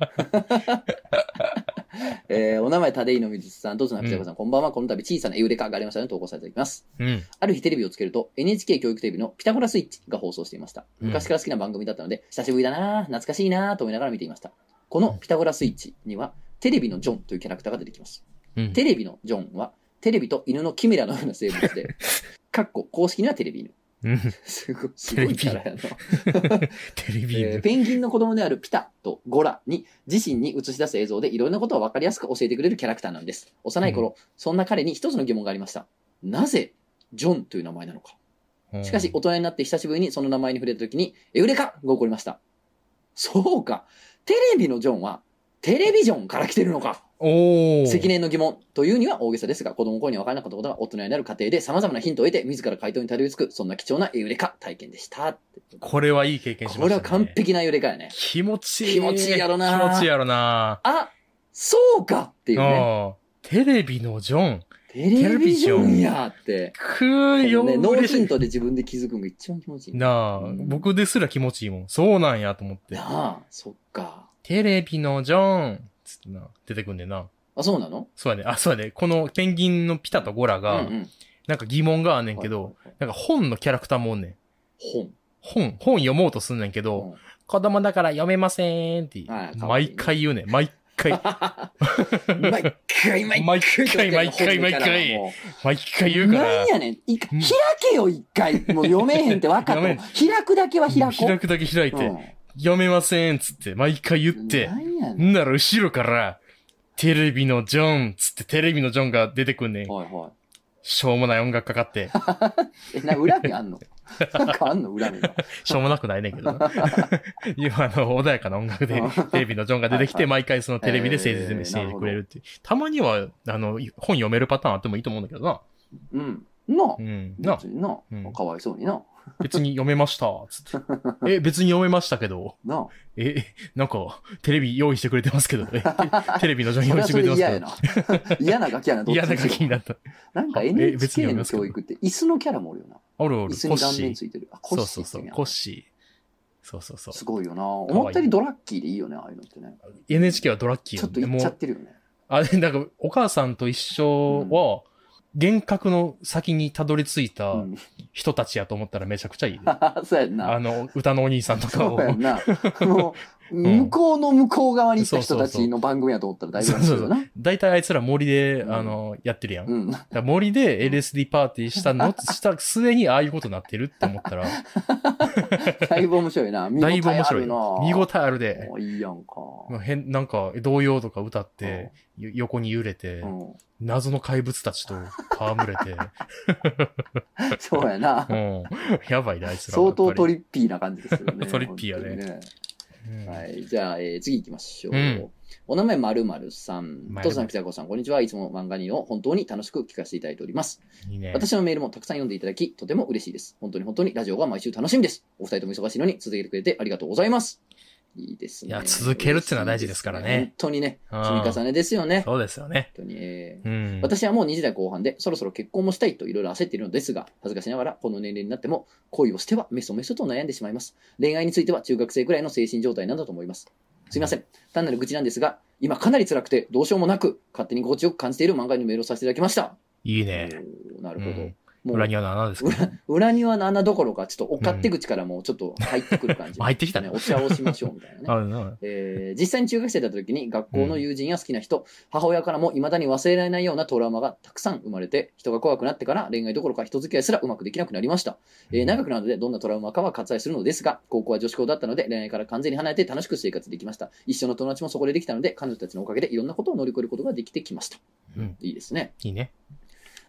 えーお名前、立井のみずさん、どうぞなくちゃこさん、こんばんは。この度、小さなエウレカがありましたので、投稿させていただきます。うん。ある日テレビをつけると NHK 教育テレビのピタゴラスイッチが放送していました。うん昔から好きな番組だったので、久しぶりだなぁ懐かしいなぁと思いながら見ていました。このピタゴラスイッチには、テレビのジョンというキャラクターが出てきます。うん。テレビのジョンは、テレビと犬のキメラのような生物 で、かっこ公式にはテレビ犬。 うんすごい、すごいキャラやな。テレビえーペンギンの子供であるピタとゴラに自身に映し出す映像でいろんなことを分かりやすく教えてくれるキャラクターなんです。幼い頃、そんな彼に一つの疑問がありました。なぜ、ジョンという名前なのか。しかし、大人になって久しぶりにその名前に触れた時に、エウレカが起こりました。そうか。テレビのジョンは、テレビジョンから来てるのか。おお。積年の疑問というには大げさですが、子供の頃には分からなかったことが大人になる過程で様々なヒントを得て、自ら回答にたどり着く、そんな貴重なエウレカ体験でした。これはいい経験しまこしれた、はね。完。璧なエウレカやね。気持ちいい。気持ちいいやろな気持ちいいやろな。あ、そうかっていうね。うんテレビのジョン。テレビジョンやって。くーよこのね、ノーヒントトで自分で気づくのが一番気持ちいい。ななあ、うん僕ですら気持ちいいもん。そうなんやと思って。あ、そっか。テレビのジョン。つってな、出てくんねんな。あ、そうなのそうやね。あ、そうやね。このペンギンのピタとゴラが、うんうん。なんか疑問があんねんけど、はいはいはい、なんか本のキャラクターもおんねん。本。本、本読もうとすんねんけど、うん子供だから読めませんって、はい可愛いね毎回言うねん。毎回、毎回毎回毎回毎回毎回も毎回う言うかならん。やねん一う回ん開けよ一回もう読めへんって分 かっても開くだけは開こう開くだけ開いて、読めませんっつって、毎回言ってう、ん、なんやねんんなら後ろから、テレビのジョンっつってテレビのジョンが出てくんねん。はいはしょうもない音楽か かっいて、えな恨みあ んのなんかあんの恨みがしょうもなくないねん けどな。今、あの、穏やかな音楽でうんテレビのジョンが出てきはいて、毎回そのテレビでえ説ー明してくれるっていう。たまには、あの、本読めるパターンあってもいいと思うんだけどな。うんなあうん。なあ別にな、うんかわいそうにな別に読めました、つって。え、別に読めましたけど。なあえ、なんか、テレビ用意してくれてますけど、 え テレビのジョンそ用れ意はそれしてくれてでます嫌けやなど。嫌なガ キやなどっち嫌なに書しきろになった。なんかえ別 NHK に読みのますけど教育って椅子のキャラもおるよなおる椅おる、子コにッ顔シ面ー。ついてるあコそッうシーそうっそてう、やコッシー。そうそうそすう。ごいよな思ったよりドラッキーでいいよねああいうのってね NHK はドラッキーちょよっとねいっもちゃっう、てるよねあ れ、なんか、お母さんと一緒は、幻覚の先にたどり着いうたん、 人たちやと思ったらめちゃくちゃいいね。そうやんなあの、歌のお兄さんとかそをう。やん な。もう、ん向こうの向こう側に行った人たちの番組やと思ったら大丈夫ですよな。大体あいつら森で、うんあの、やってるやん。だかうん。ら森で LSD パーティーしたの、した末にああいうことになってるって思ったら、だいぶ面白い な。見応 だえいぶ面あ白るい。な。見応えあるで。もういいやんか。まあ変、なんか、童謡とか歌って、よ横に揺れて、うん。謎の怪物たちと戯 れて、そうやなう。ん。 やばいな、あいつら相はやっぱり。当トリッピーな感じですよね。 トリッピーやね本うん。当にね。はい。じゃあ、えー次行きましょう。うんお名前まるまるさん。 〇とつなきたこさん、こんにちは。いつも漫画にを本当に楽しく聞かせていただいております。いいね。私のメールもたくさん読んでいただき、とても嬉しいです。本当に本当にラジオが毎週楽しみです。お二人とも忙しいのに続けてくれてありがとうございます。いいですね。いや続けるってのは大事ですからね本当にね、うん積み重ねですよね。本そうですよね。当に、えーうん。私はもう20代後半で、そろそろ結婚もしたいといろいろ焦っているのですが、恥ずかしながらこの年齢になっても、恋をしてはメソメソと悩んでしまいます。恋愛については中学生くらいの精神状態なんだと思います。すいません。単なる愚痴なんですが、今かなり辛くてどうしようもなく、勝手に心地よく感じている漫画にメールをさせていただきました。いいね。おーなるうほど。ん。もう裏には何ですか裏庭の穴どころか、ちょっとお勝手口からもうちょっと入ってくる感じ、うん 入ってきたねお茶をしましょうみたいなね。あるな。えー実際に中学生だった時に学校の友人や好きな人、母親からも未だに忘れられないようなトラウマがたくさん生まれて、人が怖くなってから恋愛どころか人付き合いすらうまくできなくなりました。えー長くなるのでどんなトラウマかは割愛するのですが、高校は女子校だったので恋愛から完全に離れて楽しく生活できました。一緒の友達もそこでできたので、彼女たちのおかげでいろんなことを乗り越えることができてきました。うん。いいですね。いいね。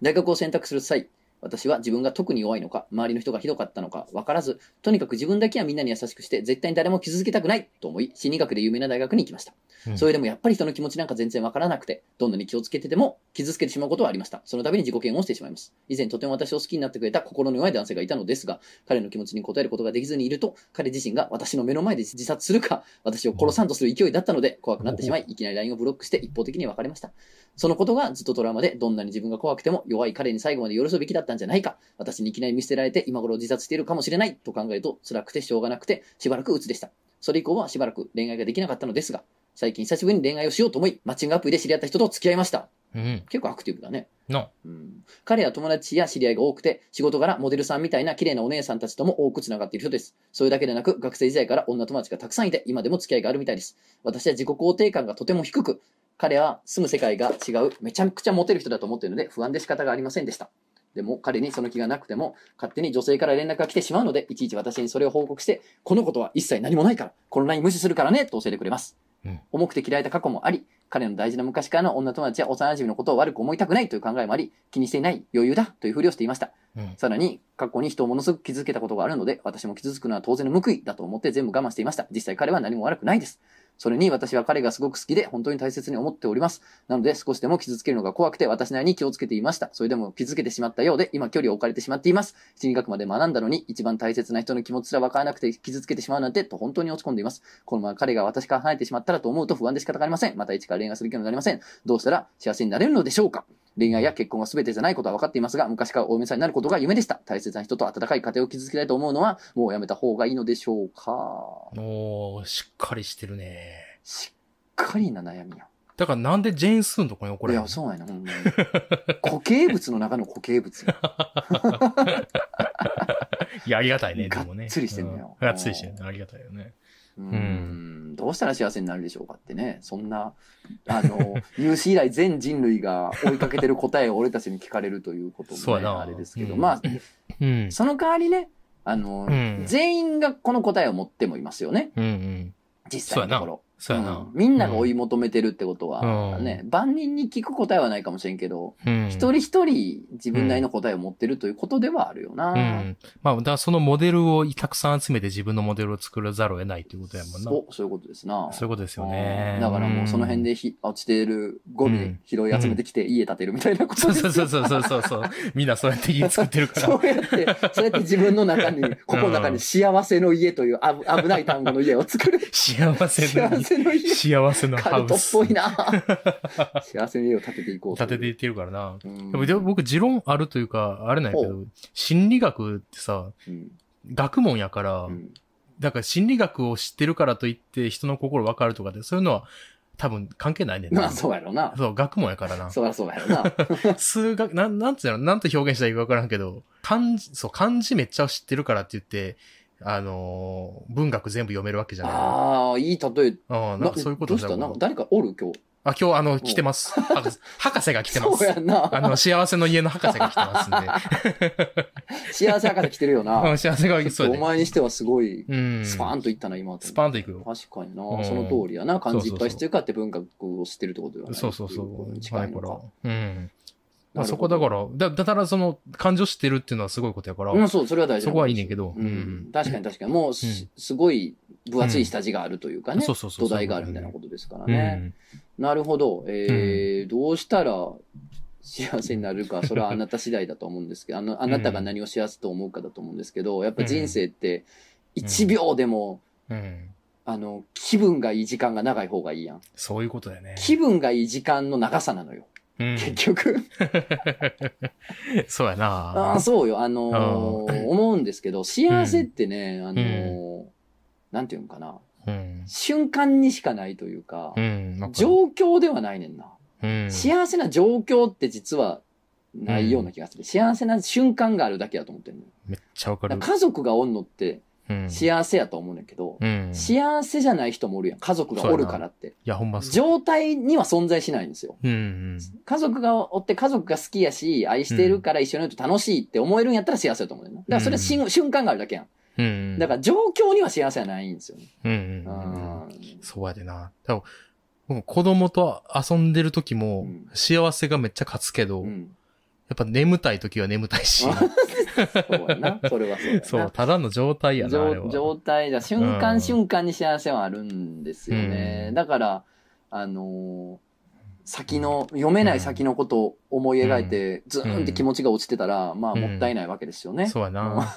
大学を選択する際私は自分が特に弱いのか周りの人がひどかったのか分からずとにかく自分だけはみんなに優しくして絶対に誰も傷つけたくないと思い心理学で有名な大学に行きました、うんそれでもやっぱり人の気持ちなんか全然分からなくてどんなに気をつけてても傷つけてしまうことはありましたその度に自己嫌悪をしてしまいます以前とても私を好きになってくれた心の弱い男性がいたのですが彼の気持ちに応えることができずにいると彼自身が私の目の前で自殺するか私を殺さんとする勢いだったので怖くなってしまいいきなり LINE をブロックして一方的に別れましたそのことがずっとトラウマで、どんなに自分が怖くても弱い彼に最後まで寄り添うべきだったんじゃないか。私にいきなり見捨てられて今頃自殺しているかもしれないと考えると辛くてしょうがなくて、しばらく鬱でした。それ以降はしばらく恋愛ができなかったのですが、最近久しぶりに恋愛をしようと思い、マッチングアプリで知り合った人と付き合いました。うん。結構アクティブだね。の。うん、彼は友達や知り合いが多くて、仕事柄モデルさんみたいな綺麗なお姉さんたちとも多くつながっている人です。それだけでなく、学生時代から女友達がたくさんいて、今でも付き合いがあるみたいです。私は自己肯定感がとても低く、彼は住む世界が違う、めちゃくちゃモテる人だと思っているので、不安で仕方がありませんでした。でも彼にその気がなくても勝手に女性から連絡が来てしまうのでいちいち私にそれを報告してこのことは一切何もないからこの LINE 無視するからねと教えてくれます、うん重くて嫌いた過去もあり彼の大事な昔からの女友達や幼馴染のことを悪く思いたくないという考えもあり気にしていない余裕だというふりをしていましたうん。さらに、過去に人をものすごく傷つけたことがあるので、私も傷つくのは当然の報いだと思って全部我慢していました。実際彼は何も悪くないです。それに私は彼がすごく好きで、本当に大切に思っております。なので、少しでも傷つけるのが怖くて、私なりに気をつけていました。それでも傷つけてしまったようで、今距離を置かれてしまっています。心理学まで学んだのに、一番大切な人の気持ちすらわからなくて傷つけてしまうなんて、と本当に落ち込んでいます。このまま彼が私から離れてしまったらと思うと不安で仕方がありません。また一から恋愛する気にもなりません。どうしたら幸せになれるのでしょうか恋愛や結婚が全てじゃないことは分かっていますが、昔から大目さんになることが夢でした。大切な人と温かい家庭を築きたいと思うのは、もうやめた方がいいのでしょうか。おー、しっかりしてるね。しっかりな悩みや。だからなんでジェーンスーンとかにい怒られるや、そうやな、ほ んまに。固形物の中の固形物や。いや、ありがたいね、でもね。がっつりしてんのようんがっつりしてるね。ありがたいよね。うー。うんどうしたら幸せになるでしょうかってね、そんな、あの、有史以来全人類が追いかけてる答えを俺たちに聞かれるということそうも、やね、なあれですけど、うんまあ、うん。その代わりね、あの、うん全員がこの答えを持ってもいますよね、うんうん。実際のところ。そうやな。うんみんなが追い求めてるってことは、うんね、万人に聞く答えはないかもしれんけど、うん一人一人自分なりの答えを持ってるということではあるよな。うん。まあ、だからそのモデルをたくさん集めて自分のモデルを作らざるを得ないということやもんな。そう、そういうことですな。そういうことですよねう。んだからもうその辺で。でひ落ちてるゴミで拾い集めてきて家建てるみたいなことそうですそようそうそうそうそう。みんなそうやって家作ってるから。そうやって、そうやって自分の中に、ここの中に幸せの家というあぶ危ない単語の家を作 る。幸せの幸家。せの家。幸せのカハルトウっス。ぽいな。幸せの家を建てていこうとい建う。てていってるからな。うん。でもでも僕、持論あるというか、あれなんやけほど、心理学ってさ、うん学問やから、うんだから心理学を知ってるからといって人の心わかるとかで、そういうのは多分関係ないねん なまあそうやろな。そう、学問やからな。そりゃそうやろ な。数学、なん、なんつうの、なんて表現したらいいかわからんけど、漢字、そう、漢字めっちゃ知ってるからって言って、あのー文学全部読めるわけじゃない。ああ、いい例え。ああ、なんかそういうことどうしだたもんなんか誰かおる今日。あ、今日あの、来てます。博士博士が来てまそうやす。んな。 あの、幸せの家の博士が来てますん で。幸せ博士来てるような。ん、幸せが、ち そょっうとやおね。前にしてはすごい、うん。スパーンといったな、今。スパンと行くよ。確かにな、うんその通りやな。漢字いっぱい知ってるからって文学を知ってるってことだよね。そうそうそう。近いのだかか。ら。うん。まなるほどあそこだから、だ、だからその、感情知ってるっていうのはすごいことやから、うん、そう、それは大事なそとこはいいねんけど。ううんん。、確かに確かに。もうす、すごい分厚い下地があるというかね。そうそうそう。土台があるみたいなことですからね。うんなるほど。えーどうしたら幸せになるか、それはあなた次第だと思 うんですけど、あの、あなたが何を幸せと思うかだと思うんですけど、やっぱ人生って、ん1秒でも、うん。あの、気分がいい時間が長い方がいいやん。そういうことだよね。気分がいい時間の長さなのよ。うん。結局。そうやあなあ、そうよ。あのー思うんですけど、幸せってね、あのーなんていうのかな。うん。瞬間にしかないというかう、ん。わかる状況ではないねんな。うん。幸せな状況って実はないような気がする。幸せな瞬間があるだけだと思ってるのよ。めっちゃわかだるから。家族がおんのってうん。幸せやと思うねんだけど、うん。い幸せじゃない人もおるやん。家族がおるからって。や、ほんまそう。状態には存在しないんですよ。うん。家族がおって家族が好きやし、愛してるから一緒にいると楽しいって思えるんやったら幸せだと思うねんな。だからそれはしん、瞬間があるだけやん。うん。だから状況には幸せはないんですよね。ら、うん。そうやでな。多分僕子供と遊んでる時うもん、幸せがめっちゃ勝つけど、うん。うやん。っぱ眠たい時は眠たい し。そうやな。それはそうやな。 そう、ただの状態やな、あれ状は。状態だ。瞬う間ん瞬間に幸せはあるんですよね。うんだから、あのー先の、読めない先のことを思い描いて、ずーんって気持ちが落ちてたら、まあ、もったいないわけですよね。そうやな。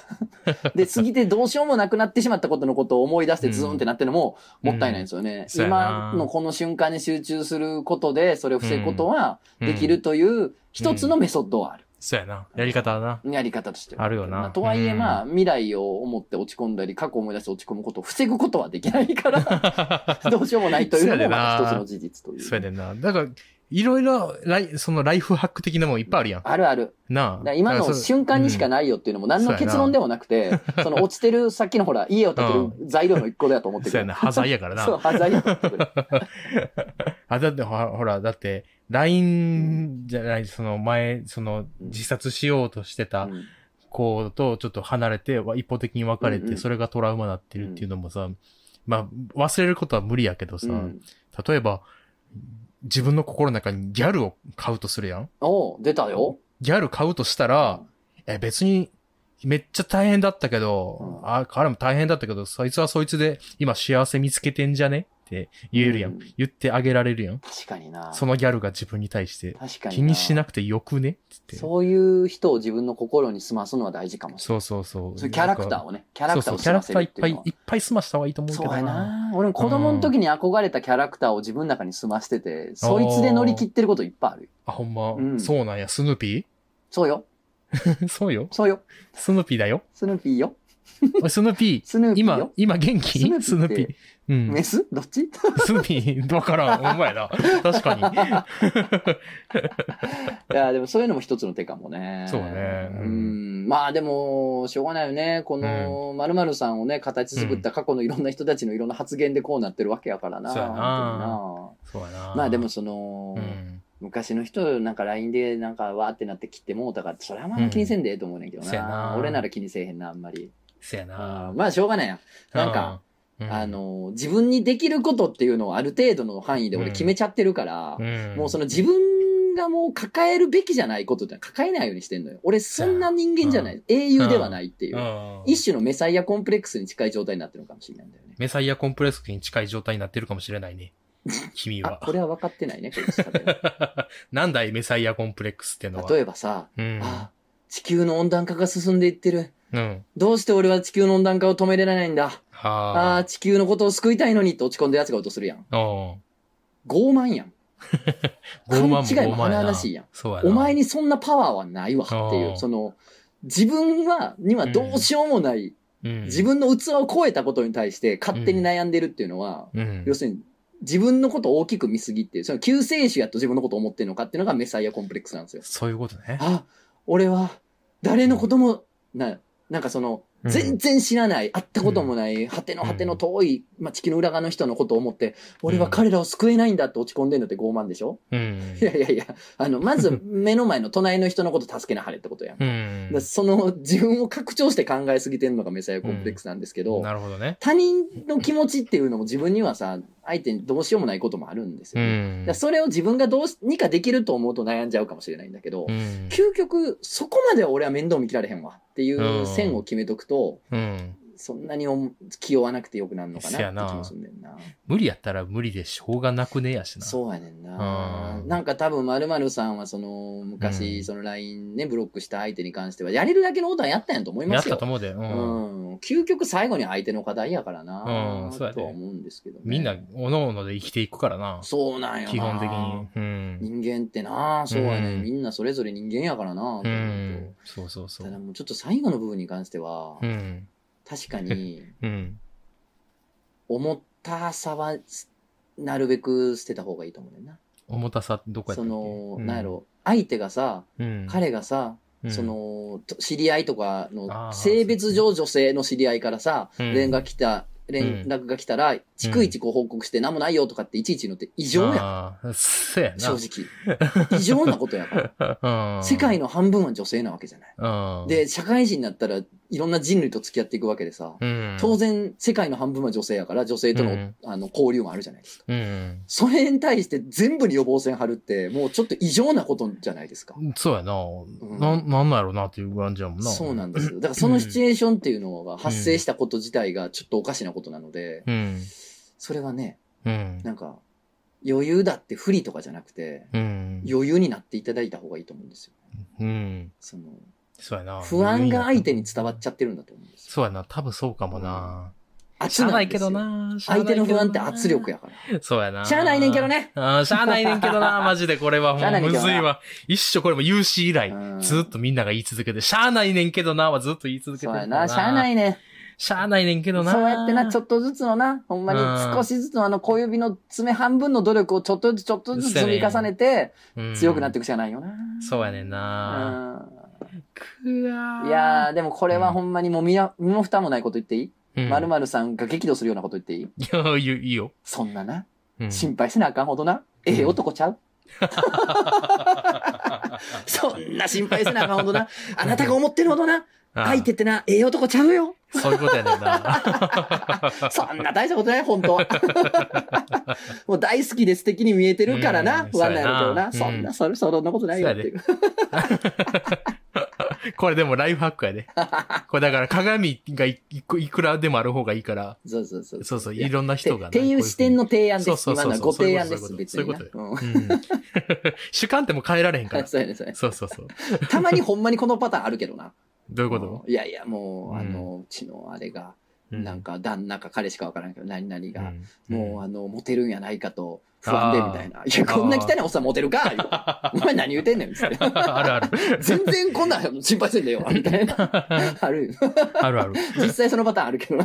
で、過ぎてどうしようもなくなってしまったことのことを思い出してズーンってなってるのもうんもったいないんですよね。そうや今なのこの瞬間に集中することで、それを防ぐことはできるうん。という一つのメソッドはある。そうやな。やり方はな。やり方としては。あるよなとはいえうんまあ、未来を思って落ち込んだり、過去を思い出して落ち込むことを防ぐことはできない から、 どうしようもないというのもまた一つの事実という。そうやねんな。だから、いろいろ、ライそのライフハック的なもんいっぱいあるやん。あるある。なだかあ。ら今の瞬間にしかない。ないよっていうのも何のそうやな結論でもなくて、その落ちてる、さっきのほら、家を建てる材料の一個だと思っうんてそうやな。端材やからそう、な。犯罪やと思ってくれ あ、だってほら、ほら、だって、LINE じゃない、その前、その、自殺しようとしてたうん子とちょっと離れて、わ一方的に別れうんうて、んそれがトラウマになってるっていうのもさ、まあ、忘れることは無理やけどさ、うん例えば、自分の心の中にギャルを買うとするやんおう出たよ。ギャル買うとしたら、え、別に、めっちゃ大変だったけど、うあ、彼も大変だったけど、そいつはそいつで今幸せ見つけてんじゃねって言えるやん,、うん言ってあげられるやん。確かにな。そのギャルが自分に対して、確かに気にしなくくてよくねって。そうそういう人を自分の心に済ますのは大事かもしれそうそうそうない。そういうキャラクターを。をね、キャラクターそうをそ済う、キャラまクせターいるっってぱいいうのはいっぱい済ましたはいいと思うけそどうやな。な。俺も子供の時に憧れたキャラクターを自分の中に済ませてて、そいつで乗り切ってることいっぱいあるよ。あ、ほんま、うんそうなんや、スヌーピそうよ。ー そうよ。そうよ。スヌーピーだよ。スヌーピーよ。おいスヌーピスヌーー、ピー今よ、。今元気ススヌヌーピーってーピー。うんメ。スどっち スヌーピー、わからん。お前な。確かに。いや、でもそういうのも一つの手かもね。そうねううんん。まあでも、しょうがないよね。この、まるさんをね、形作った過去のいろんな人たちのいろんな発言でこうなってるわけやからな。そうやな本そう当やな。になまあでも、その、うん。昔の人なんか LINE でなんかわーってなって切ってもうたから、それはまあ気にせんでええと思うねんけどうんそうやな。な俺なら気にせえへんな、あんまり。せやうな。んまあしょうがないや。なんか、うん、あの、自分にできることっていうのをある程度の範囲で俺決めちゃってるから、うん、もうその自分がもう抱えるべきじゃないことって抱えないようにしてんのよ。俺そんな人間じゃない。英雄ではないっていう。の一種のメサイアコンプレックスに近い状態になってるのかもしれないんだよね。メサイアコンプレックスに近い状態になってるかもしれない ね。君あは、。これは分かってないね、この仕方 ねなんだいメサイアコンプレックスってのは。例えばさ、うん。あ、地球の温暖化が進んでいってる。うん。どうして俺は地球の温暖化を止められないんだ。ああはー、地球のことを救いたいのにって落ち込んだ奴が音するやん。あ。うん。傲慢やん。傲慢も勘違い傲も慢や甚なだしいやん。そうやな。お前にそんなパワーはないわっていうう、んその、自分は、にはどうしようもないうん、自分の器を超えたことに対して勝手に悩んでるっていうのは、うん。要するに自分のことを大きく見すぎっていう、その救世主やと自分のことを思ってるのかっていうのがメサイアコンプレックスなんですよ。そういうことね。あ、俺は誰のことも、な、なんかその、うん全然知らない、会ったこともない、果ての果ての遠い、まあ、地球の裏側の人のことを思って、俺は彼らを救えないんだって落ち込んでるのって傲慢でしょ、うんい。やいやいや、あの、ま ず目の前の隣の人のこと助けなはれってことやん。うだんから。その自分を拡張して考えすぎてるのがメサイアコンプレックスなんですけど、なるほどね。他人の気持ちっていうのも自分にはさ、相手にどうしようもないこともあるんですうよ、ねだんから。それを自分がどうにかできると思うと悩んじゃうかもしれないんだけど、うん究極、そこまでは俺は面倒見切られへんわっていう線を決めとくと、うん。そんなにお気負わなくてよくなるのかせやななって気もすんねんな。無理やったら無理でしょうがなくねやしな。そうやねんな。うんなんか多分、まるさんはその、う昔、んその LINE ね、ブロックした相手に関しては、やれるだけのことはやったんやと思いやまっすたよと。思うで。う。うんん、究極最後に相手の課題やからな、うんそうやねとは思うんですけど、ね、みんな、おのおので生きていくからな。そうなんよな基本的に。うん。人間ってなそうやね、うんみんなそれぞれ人間やからな、うとん。そうそうそただう。もうちょっと最後の部分に関しては、うん。確かにうん。重たさはなるべく捨てた方がいいと思うねんな重たさどこやっそたっけの、うんなんやろ相手がさ、うん、彼がさ、うんそ、のと知り合いとかのあー性別上女性の知り合いからさ、うん連絡来た連絡が来たら、逐一こう報告して何もないよとかっていちいち言うのって異常やんあーそうやな。正直異常なことや から直世界の半分は女性なわけじゃない。の、で、社会人になったらいろんな人類と付き合っていくわけでさ、うん、当然世界の半分は女性やから女性との,、うんあの交流もあるじゃないですか。うん、それに対して全部に予防線張るってもうちょっと異常なことじゃないですか。そうやな。んなん、なんなんやろなっていう感じやもんな。そうなんですよ。だからそのシチュエーションっていうのが発生したこと自体がちょっとおかしなことなので、うん。それはね、うん。なんか余裕だって不利とかじゃなくて、うん。余裕になっていただいた方がいいと思うんですよ。うん。そのそうやな。不安が相手に伝わっちゃってるんだと思うんですよ。そうやな。多分そうかもな。圧しゃあななんいでけすよどな。しゃあ相ない手けどの不な安って圧力。やから。そうやな。しゃあないねんけどね。うん。しゃあないねんけど な。マジでこれはもしゃあないうねんけむどなずいわ。一生これも有志以来うん、ずっとみんなが言い続けて、しゃあないねんけどなはずっと言い続そけてるうかやらな、しゃあないね。しゃあないねんけどな。そうやってな、ちょっとずつのな、ほんまにうん少しずつのあの小指の爪半分の努力をちょっとずつちょっとずつ積み重ねてうん強くなっていくしかないよな。そうやねんな。くわうーん。いやー、でもこれはほんまにもう身や身も蓋もないこと言っていいうんまるまるさんが激怒するようなこと言っていいいや、いいよいいよ。そんなな、うん心配せなあかんほどな、ええ男 ちゃうそんな心配せなあかんほどな、あなたが思ってるほどな、ああ相手ってな、ええ男ちゃうよ。そういうことやねんな。 そんな大したことない、本当は。 もう大好きで素敵に見えてるからな、うん不安なんやろうけどな。そそうんやな、なそれ、そんなことないよっていう。これでもライフハックやで。これだから鏡がいいくいくらでもある方がいいから、そうそうそう。そうそう、いやいろんな人っがね。ていう視点の提案です。そうそうそうそう今のはご提案です。そういうこと別そういうにこな。とうんこういうふうに。うん 主観ってもう変えられへんか ら。そうやねそうやねそうそうそう。たまにほんまにこのパターンあるけどな。どういうことうんいやいや、もう、うんあの、うちのあれが、うなんか旦那か彼しかわからんけど、何々が、んもう、あの、モテるんやないかと、不安あー。でみたいな。いや、こんな汚いおっさんモテるか言うてお前何言うてんねんっつって あるある。全然こんなん心配せんでよ、みたいな。ある。 あるある。実際そのパターンあるけどな。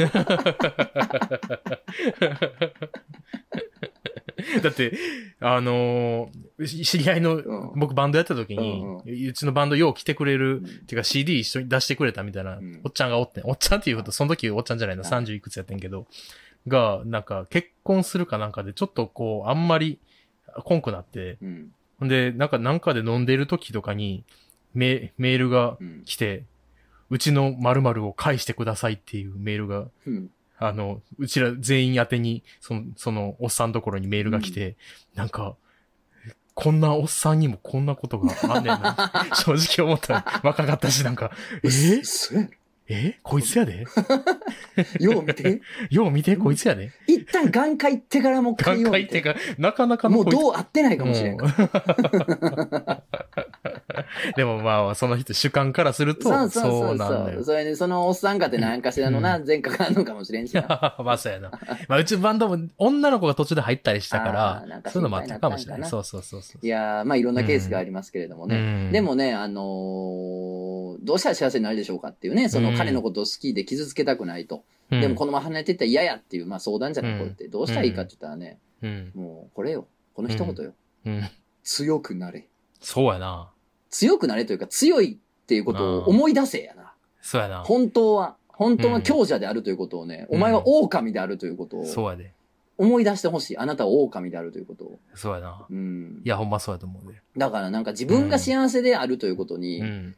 だって、あのーし知り合いの、うん僕バンドやった時に、うんうちのバンドよう来てくれる、うんてか CD 一緒に出してくれたみたいな、うんおっちゃんがおってん、おっちゃんっていうこと、その時おっちゃんじゃないな、はい30いくつやってんけど、が、なんか結婚するかなんかで、ちょっとこう、あんまり、コンくなって、うん。ほんで、なんか、なんかで飲んでる時とかに、メメールがうん。来て、うちの〇〇を返してくださいっていうメールがうん。あの、うちら全員宛てに、その、その、おっさんところにメールが来て、なんか、こんなおっさんにもこんなことがあんね んな。正直思ったら若かったし、なんか、えそうやえこいつやでろよう見て。よう見て、こいつやで一旦眼科行ってからもう一回眼よう科見行ってて。か、なかなかのもうこいつどう合ってないかもしれんから。うん でもまあ、その人主観からすると、そうそうそそううなんだそよ う。。それにそのおっさんかって何かしらのな、前科があるのかもしれんしな。まあそうやな。まあうちのバンドも女の子が途中で入ったりしたかあーらなん、かそういうのもあったかもし心れ配にな。なったんかないそうそうそうそう。いやー、まあいろんなケースがありますけれどもね。うんでもね、あのーどうしたら幸せになるでしょうかっていうね、そのうん彼のことを好きで傷つけたくないと。うん、でもこのまま離れていったら嫌やっていう、まあ相談じゃない、うんこれって。どうしたらいいかって言ったらね、うん。もうこれよ。この一言よ。うん。強くなれ。そうやな。強くなれというか、強いっていうことを思い出せやな。そうやな。本当は。本当の強者であるということをね、うんお前は狼であるということそをうやで。思い出してほしい。あなたは狼であるということを。そうやな。うんい、や、ほんまそうやと思うで。だからなんか自分が幸せであるということに、ううん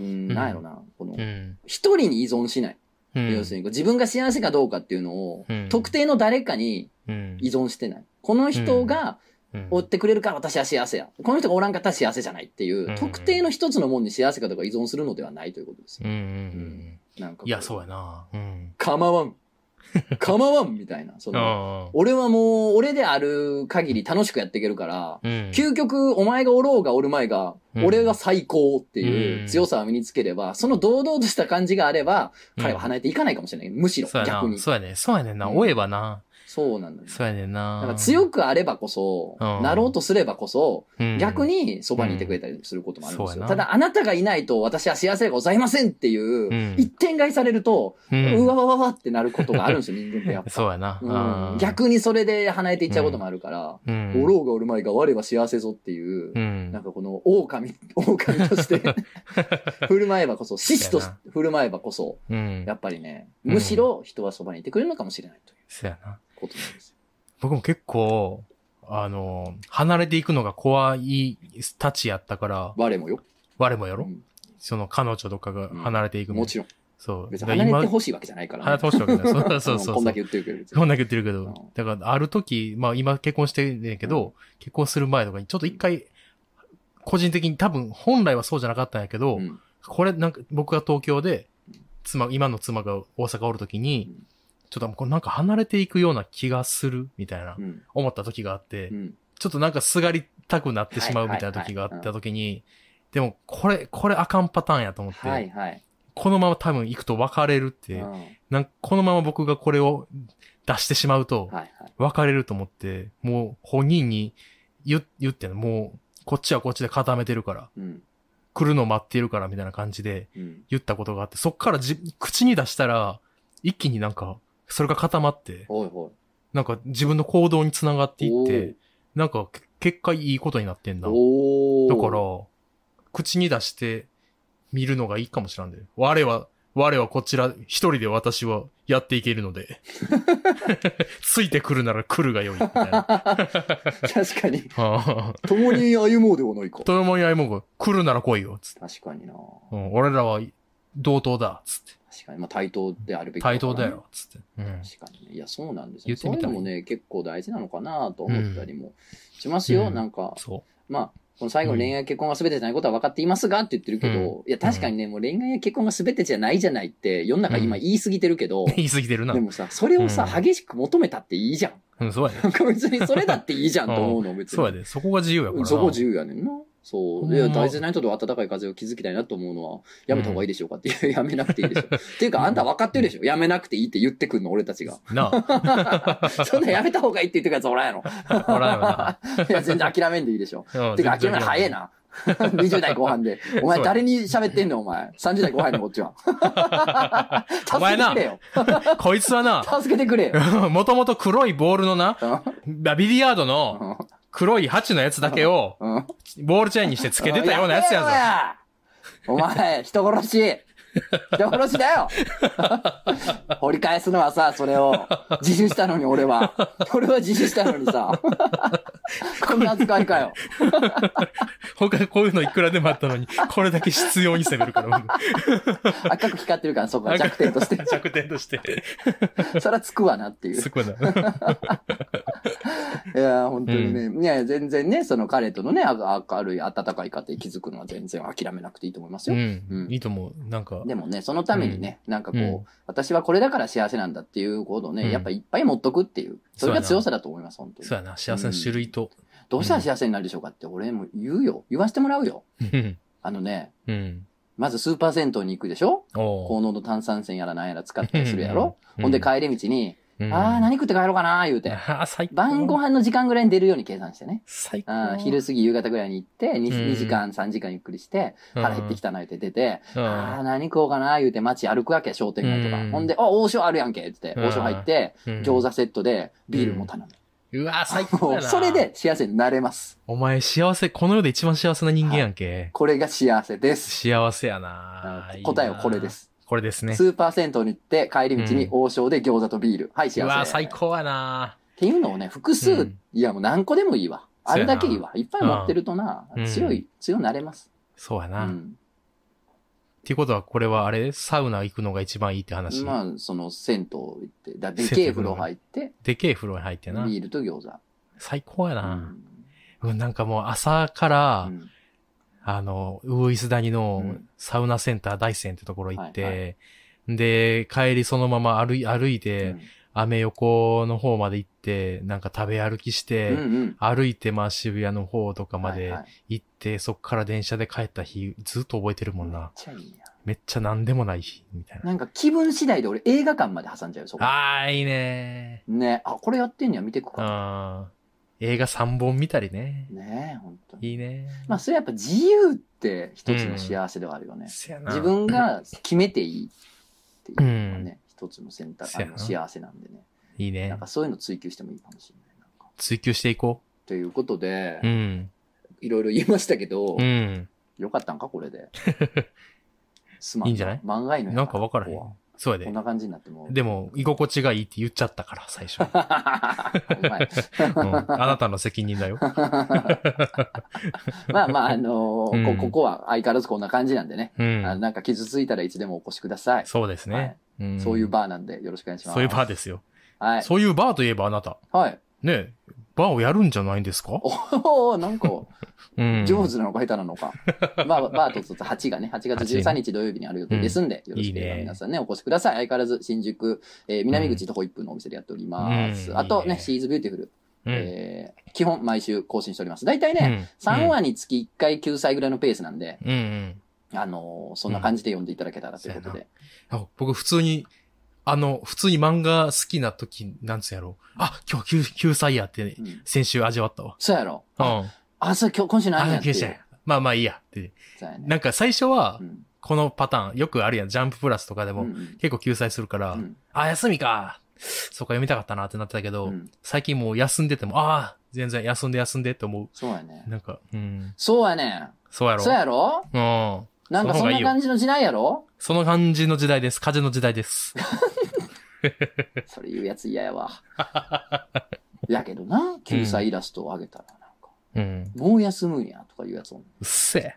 ん。なんやろな、このう、ん。一人に依存しない。うん。要するにこう自分が幸せかどうかっていうのを、うん特定の誰かにうん。依存してない。この人がうん追ってくれるから私は幸せや。この人がおらんかったら幸せじゃないっていう、うん特定の一つのもんに幸せかどうか依存するのではないということですよ。うん。うん。なんかこいや、そうう。やな。うん。構わん。構わんみたいな。そ の、あ俺はもう、俺である限り楽しくやっていけるから、あ。うん。究極、お前がおろうがおるまいが、うん俺が最高っていううん強さを身につければ、その堂々とした感じがあれば、彼は離れていかないかもしれない。むしろ、そうや逆な。に。そうやね。そうやねんな。うん追えばな。そうなんだよ。そうやねんな。なんか強くあればこそ、うんなろうとすればこそ、うん逆。にそばにいてくれたりすることもあるんですそうよ。やなただ、あなたがいないと私は幸せがございませんっていう、うん一点買いされると、ううんわわわわってなることがあるん ですよ、人間ってやっぱ。そうやな。うあん、ー。逆にそれで離れていっちゃうこともあるから、うん。おろうがおるまいが我は幸せぞっていう、うん。なんかこの狼、 狼として 振る舞えばこそ、獅子とそうや振る舞えばこそ、うんや。っぱりね、むしろ人はそばにいてくれるのかもしれないというそうやな。ことなんですよ。僕も結構、あの、離れていくのが怖いたちやったから、我もよ。我もやろ、うんその彼女とかが離れていくみたいなもちろん。そう。別に離れて今ほしいわけじゃないから、離れてほしいわけだ。そうそううそんう。こんだけ言ってるけど別にこんだけ言ってるけうんど。だから、ある時、まあ今結婚してんねんけど、結婚する前とかに、ちょっと一回、個人的に多分、本来はそうじゃなかったんやけど、うんこれなんか、僕が東京で、妻、今の妻が大阪おる時にうん、ちょっとこうなんか離れていくような気がする、みたいなう、ん。思った時があってう、ん。ちょっとなんかすがりたくなってしまうみたいな時があった時に、でも、これ、これあかんパターンやと思って、はいはい。このまま多分行くと別れるっうてん、はいなんかこのまま僕がこれを出してしまうと、はい。別れると思って、もう本人に言言ってんの、もうこっちはこっちで固めてるから、うん。来るの待ってるからみたいな感じでうん。言ったことがあって、そっからじ口に出したら、一気になんか、それが固まって、おいおい。なんか自分の行動につながっていって、なんかけ結果いいことになってんだ。おーだから、、口に出して見るのがいいかもしらんで。我は、我はこちら、一人で私はやっていけるの で。ついてくるなら来るがよい。みたいな。確かに、ああ共に歩もうではないか。ともに愛もが来るなら来いよ。つって確かになうん、俺らは同等だ。つって。確かに。まあ対等であるべき対等だからねよ。つって。うん。確かにね。いや、そうなんです言よ。ってそみういたいうのもね、結構大事なのかなと思ったりもしますよ。うんなんか、そまあ、この最後の恋愛結婚が全てじゃないことは分かっていますがって言ってるけど、いや確かにね、もう恋愛や結婚が全てじゃないじゃないって世の中今うん言い過ぎてるけど、言い過ぎてるなで。もさ、それをさ、うん激しく求めたっていいじゃん。うん、そうやで。なんか別にそれだっていいじゃんと思うの、別に。そう やで。そこが自由やからな。そこ自由やねんな。そう。ほんいまや、大事な人と温かい風を築きたいなと思うのは、やめた方がいいでしょうかって。いや、やめなくていいでしょ。っていうか、あんた分かってるでしょ。やめなくていいって言ってくんの、俺たちが。なあ。 そんなやめた方がいいって言ってくやつおらんやろ。おらんよないや、全然諦めんでいいで しょ。う ん。てか、諦めるの早えな。20代後半で。お前そう誰に喋ってんのお前。30代後半やのこっち は。お助けて前なくれよ。こいつはな、 助けてくれよ。もともと黒いボールのな、うビリヤードのん黒い鉢のやつだけを、うんうんボールチェーンにして付けてたようなやつやぞ。ぞ。お前、人殺し。人殺しだ よ。掘り返すのはさ、それを。自首したのに俺は。俺は自首したのに さ。こんな扱いかよ。他こういうのいくらでもあったのに、これだけ必要に攻めるから、うん赤く光ってるから、そこが 弱点として。弱点として。 そらつくわなっていう。そ こだ。いや、本当にね。いや、全然ね、その彼とのね、あ明るい、温かい家庭気づくのは全然諦めなくていいと思いますうよ。んう。んいいと思う。なんか。でもね、そのためにね、なんかこう、うん私はこれだから幸せなんだっていうことをね、うんやっぱいっぱい持っとくっていう、それが強さだと思います、本当にそう。やな。幸せの種類と。どうしたら幸せになるでしょうかって俺も言うよ。言わせてもらうよ。うん。あのね、うん。まずスーパー銭湯に行くでしょお高う。濃度炭酸泉やらなんやら使ったりするやろうんほんで帰り道に、うんあー何食って帰ろうかなー言うて。あー最高。晩ご飯の時間ぐらいに出るように計算してね。最あー高。昼過ぎ夕方ぐらいに行って2、にうん2時間3時間ゆっくりして、腹減ってきたな言うて出て、た。うんあー何食おうかなー言うて街歩くわけ、商店街とうか。んほんで、あ、王将あるやんけって言って、うん王将入って、うん餃子セットでビールも頼む。うわー最高もやうな。それで幸せになれます。お前幸せ、この世で一番幸せな人間やんけ。これが幸せです。幸せやなあ。答えはこれで。す。これですね。スーパー銭湯に行って帰り道に王将で餃子とビール。はい、う幸せ。わー最高やな。っていうのをね、複数、うんいやもう何個でもいいわ。あそうれやなだけいいわ。いっぱい持ってるとな、うん強い、強くなれます。そうやうな。っん。ていうことは、これはあれサウナ行くのが一番いいって話。まあ、その銭湯行って、だでけえ風呂入って、でけえ風呂に入ってな。ビールと餃子。最高やうな。んうん、なんかもう朝から、あの、ウグイス谷うのんサウナセンター大山ってところ行って、はいで、帰りそのまま歩い歩いて、うんアメ横の方まで行って、なんか食べ歩きして、うんうん。歩いてまあ渋谷の方とかまはいではい行って、そっから電車で帰った日、ずっと覚えてるもんめっな。ちゃいいやめっちゃ何でもない日、みたいん。なな。んか気分次第で俺映画館まで挟んじゃうよ、そこ。あー、いいねねあ、これやってんには見てくか。あー映画3本見たりね。ねえ、本当に。いいねまあ、それやっぱ自由って一つの幸せではあるよね。せやな自分が決めていいっていうのがね、一つの選択、せあやなの幸せなんでね。いいなねんか。そういうの追求してもいいかもしれない。なんか追求していこということでう。う、ん。いろいろ言いましたけどう、ん。よかったんかこれ で。すいいんじゃない漫画のなんかわからへんここは。そうこやんで。な感じになっても。 でも、居心地がいいって言っちゃったから、最初。お前うんあなたの責任だよ。まあまあ、あのーうんこ、ここは相変わらずこんな感じなんでね。うあん。なんか傷ついたらいつでもお越しください。そうですね。んそういうバーなんでよろしくお願いします。そういうバーですよ。はい。そういうバーといえばあなた。はい。 ねえバーをやるんじゃないんですかおおなんか、うん。上手なのか下手な のか。まあ、バーとつつ8がね、8月13日土曜日にある予定ですんで、よろしければいいね皆さんね、お越しください。相変わらず新宿、えー南口徒歩1分のお店でやっております。うんあといいね、ねシーズビューティフル、うん。えー基本毎週更新しております。大体うね、ん3話につき1回9歳ぐらいのペースなんで、うんうん。あのーそんな感じで読んでいただけたらということで。あ僕、普通に、あの、普通に漫画好きな時、なんつうやろう。あ、今日救救済やって、うん先週味わったわ。そうやろ。うん。あ、あそう、今日、今週何やあ、ってい救う。済や。まあまあいいやって。そうやねなんか最初はう、んこのパターン、よくあるやん。ジャンププラスとかでうも、ん結構救済するからう、んあ、休みか。そっか読みたかったなってなってたけうど、ん最近もう休んでても、ああ、全然休んで休んでって思そうやねう。。なんか、うん。そうやね。そうやろ。そうやろうん。なんかそんな感じの時代やろその感じの時代です。風の時 代です。それ言うやつ嫌やわ。やけどな、救済イラストをあげたら、なんか、うん。もう休むんやとかいうやつを、うっせえ。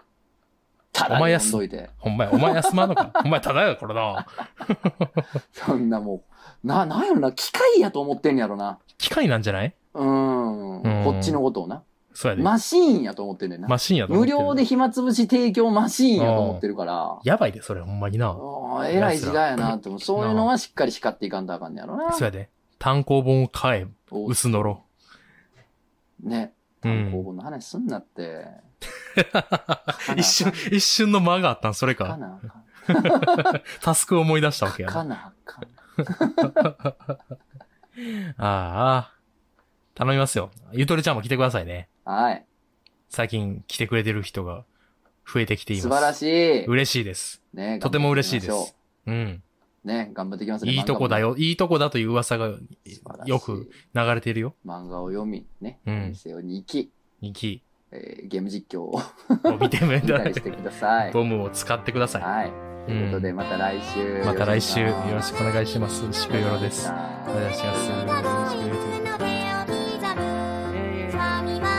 ただお前に休読んどいて、ほんまや、お前休まんのか。 お前ただやからな。そんなもう、な、なんやろな、機械やと思ってんやろな。機械なんじゃないうーん、うんこっちのことをな。そうやで。マシーンやと思ってんねんな。マシンやと思っ無てる料で暇つぶし提供マシーンやと思ってるから、やばいで、それほんまにな。あーえらい時代やなって思う。そういうのはしっかり叱っていかんとあかんねやろな。そうやで。単行本を買え、お薄のろ。ね。う単行ん。本の話すんなって。 一瞬、一瞬の間があったん、それかか。なあかん。タスクを思い出したわけやかな。なあかん。ああ。頼みますよ。ゆとりちゃんも来てくださいね。はい。最近来てくれてる人が増えてきています。素晴らしい。嬉しいです。ねとても嬉しいで。頑張っていきす。うん。まょうね、頑張っていきますね。いいとこだよ。いいとこだという噂が漫画も。よく流れてるよ。素晴らしい。漫画を読み、ね、うおん店をに行き、人気えーゲーム実況 をを見てみ見たりしててください。ゴムを使ってください。はい。ということで、また来週。また来週よろくしくお願いします。しくよろです。お願いします。よろしくお願いします。 「つまみま